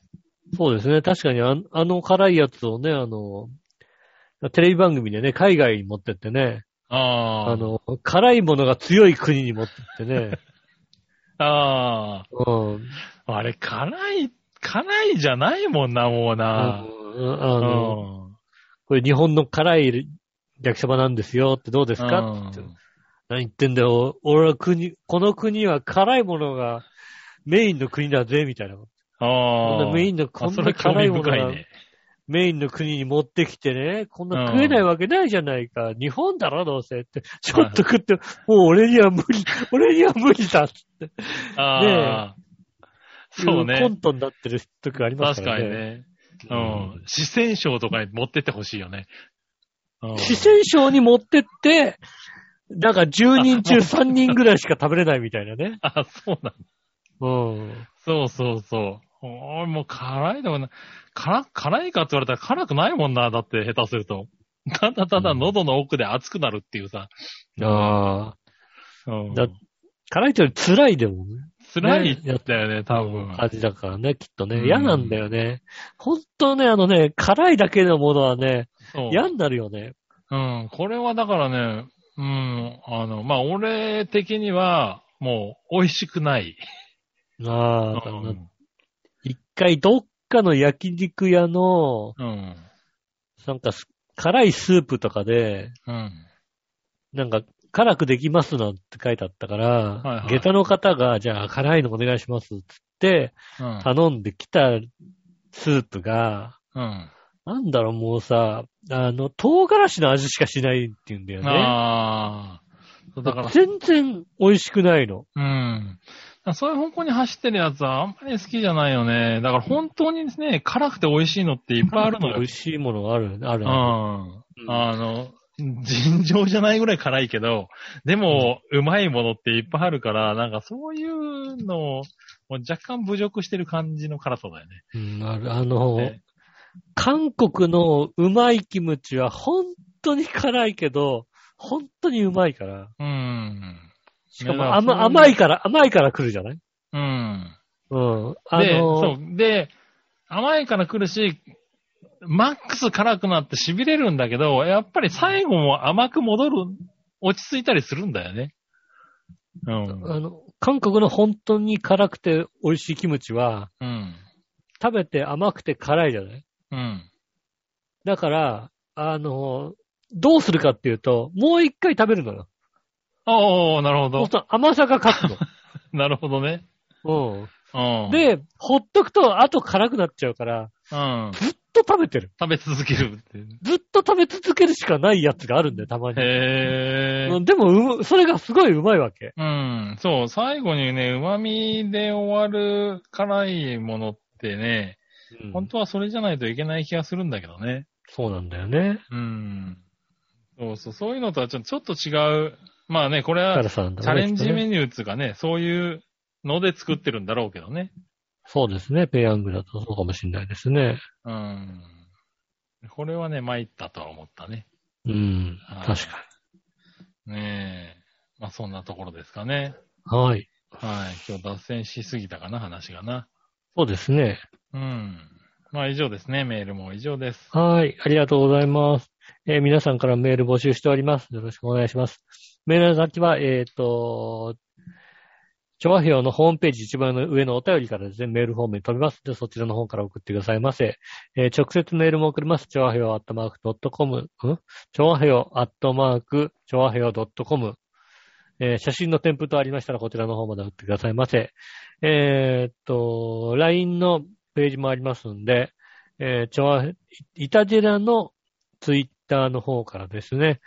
そうですね。確かにあん、あの辛いやつをね、あの、テレビ番組でね、海外に持ってってね、ああ。 あの、辛いものが強い国に持ってってね、あうん。あ。あれ、家内、家内じゃないもんな、もうな。うんうあの、ん。これ日本の辛い焼きそばなんですよってどうですかうんって何言ってんだよ。俺は国、この国は辛いものがメインの国だぜ、みたいな。こんあなあ。メインの、こあんそなれ興辛い味もの深いがね。メインの国に持ってきてね、こんうんな食えないわけないじゃないか。日本だろ、どうせって。ちょっと食って、もう俺には無理、俺には無理だっつって。ああ。そういコねン。トになってる時あります確かからにね。ね。うん。四川省とかに持ってってほしいよね。うん四川省に持ってって、なんか10人中3人ぐらいしか食べれないみたいなね。あ、そうなんだ。うん。そうそうそう。おーもう辛いのもな、辛、辛いかって言われたら辛くないもんな、だって下手すると。ただただ喉の奥で熱くなるっていうさ。ああ。うんだ辛いってより辛いでもね。辛いったよね、多分。感じだからね、きっとうね。ん嫌なんだよね。ほんとね、あのね、辛いだけのものはね、そう。嫌になるよね。うん、これはだからね、うん、あの、まあ、俺的には、もう、美味しくない。うああ、だからん。一回どっかの焼肉屋の、うん。なんかす辛いスープとかで、うん。なんか辛くできますなんて書いてあったから、いはい下駄の方が、じゃあ辛いのお願いしますっつって、うん。頼んできたスープが、うん。なんだろう、もうさ、あの、唐辛子の味しかしないって言うんだよね。ああ。そうだから、全然美味しくないの。うん。そういう方向に走ってるやつはあんまり好きじゃないよね。だから本当にね、辛くて美味しいのっていっぱいあるのよ。美味しいものがある、あうる。ん。あの、尋常じゃないぐらい辛いけど、でも、うまいものっていっぱいあるから、なんかそういうのを、もう若干侮辱してる感じの辛さだよね。うん、ある。あの、ね韓国のうまいキムチは本当に辛いけど、本当にうまいから。うん。しかねも甘,、そう甘いから、甘いから来るじゃないうん。うん。あで、の、そう。で、甘いから来るし、マックス辛くなって痺れるんだけど、やっぱり最後も甘く戻る、落ち着いたりするんだよね。うん。あの、韓国の本当に辛くて美味しいキムチは、うん。食べて甘くて辛いじゃないうん。だから、あの、どうするかっていうと、もう一回食べるのよ。おー、なるほそうどす。ると甘さが勝つなるほどね。の。 うん。うん。、で、ほっとくと、あと辛くなっちゃうから、うん。ずっと食べてる。食べ続けるって。ずっと食べ続けるしかないやつがあるんだよ、たまに。へうー。んでも、うそれがすごいうまいわけ。うん。そう、最後にね、旨味で終わる辛いものってね、本当はそれじゃないといけない気がするんだけどね。そうなんだよね。うん。そうそう、そういうのとはちょちょっと違う。まあね、これだかはらさんだチャねレンジメきっとねニューつうかね、そういうので作ってるんだろうけどね。そうですね。ペヤングだとそうかもしれないですね。うん。これはね、参ったとは思ったね。うん。はい確かねえ。まあそんなところですかね。に。はい。はい。今日脱線しすぎたかな、話がな。そうですね。うん。まあ以上ですね。メールも以上です。はい。ありがとうございます。えー皆さんからメール募集しております。よろしくお願いします。メールの先は、えっ、と、調和表のホームページ一番上のお便りからですね、メールフォームに飛びますので、そちらの方から送ってくださいませ。えー直接メールも送ります。調和表アットマークドットコム、ん調和表アットマーク、調和表ドットコム。えー写真の添付とありましたら、こちらの方まで送ってくださいませ。えーっと、LINE のページもありますんで、えー、ちょ、イタジェラのツイッターの方からですね、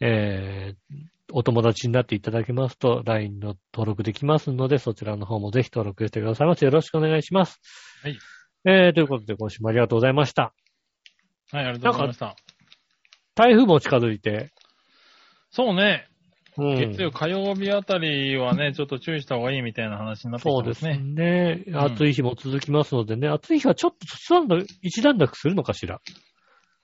えーお友達になっていただけますと、LINE の登録できますので、そちらの方もぜひ登録してくださいませ。よろしくお願いします。はい。えーということで、今週もありがとうございました。はい、ありがとうございました。台風も近づいて、そうね。うん月曜、火曜日あたりはね、ちょっと注意した方がいいみたいな話になってそきうてでますすね。ね。ん暑い日も続きますのでね、暑い日はちょっと一段落、一段落するのかしら。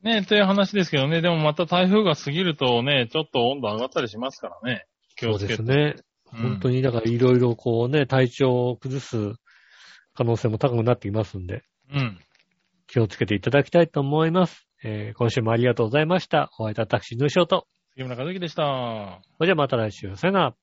ねという話ですけどね。でもまた台風が過ぎるとね、ちょっと温度上がったりしますからね。気そをうつでけすて。ね。うん本当に、だからいろいろこうね、体調を崩す可能性も高くなってきますんで、うん。気をつけていただきたいと思います。えー今週もありがとうございました。お会いいたたくし、ぬしょうと。杉村和樹でした。それじゃあまた来週。さよなら。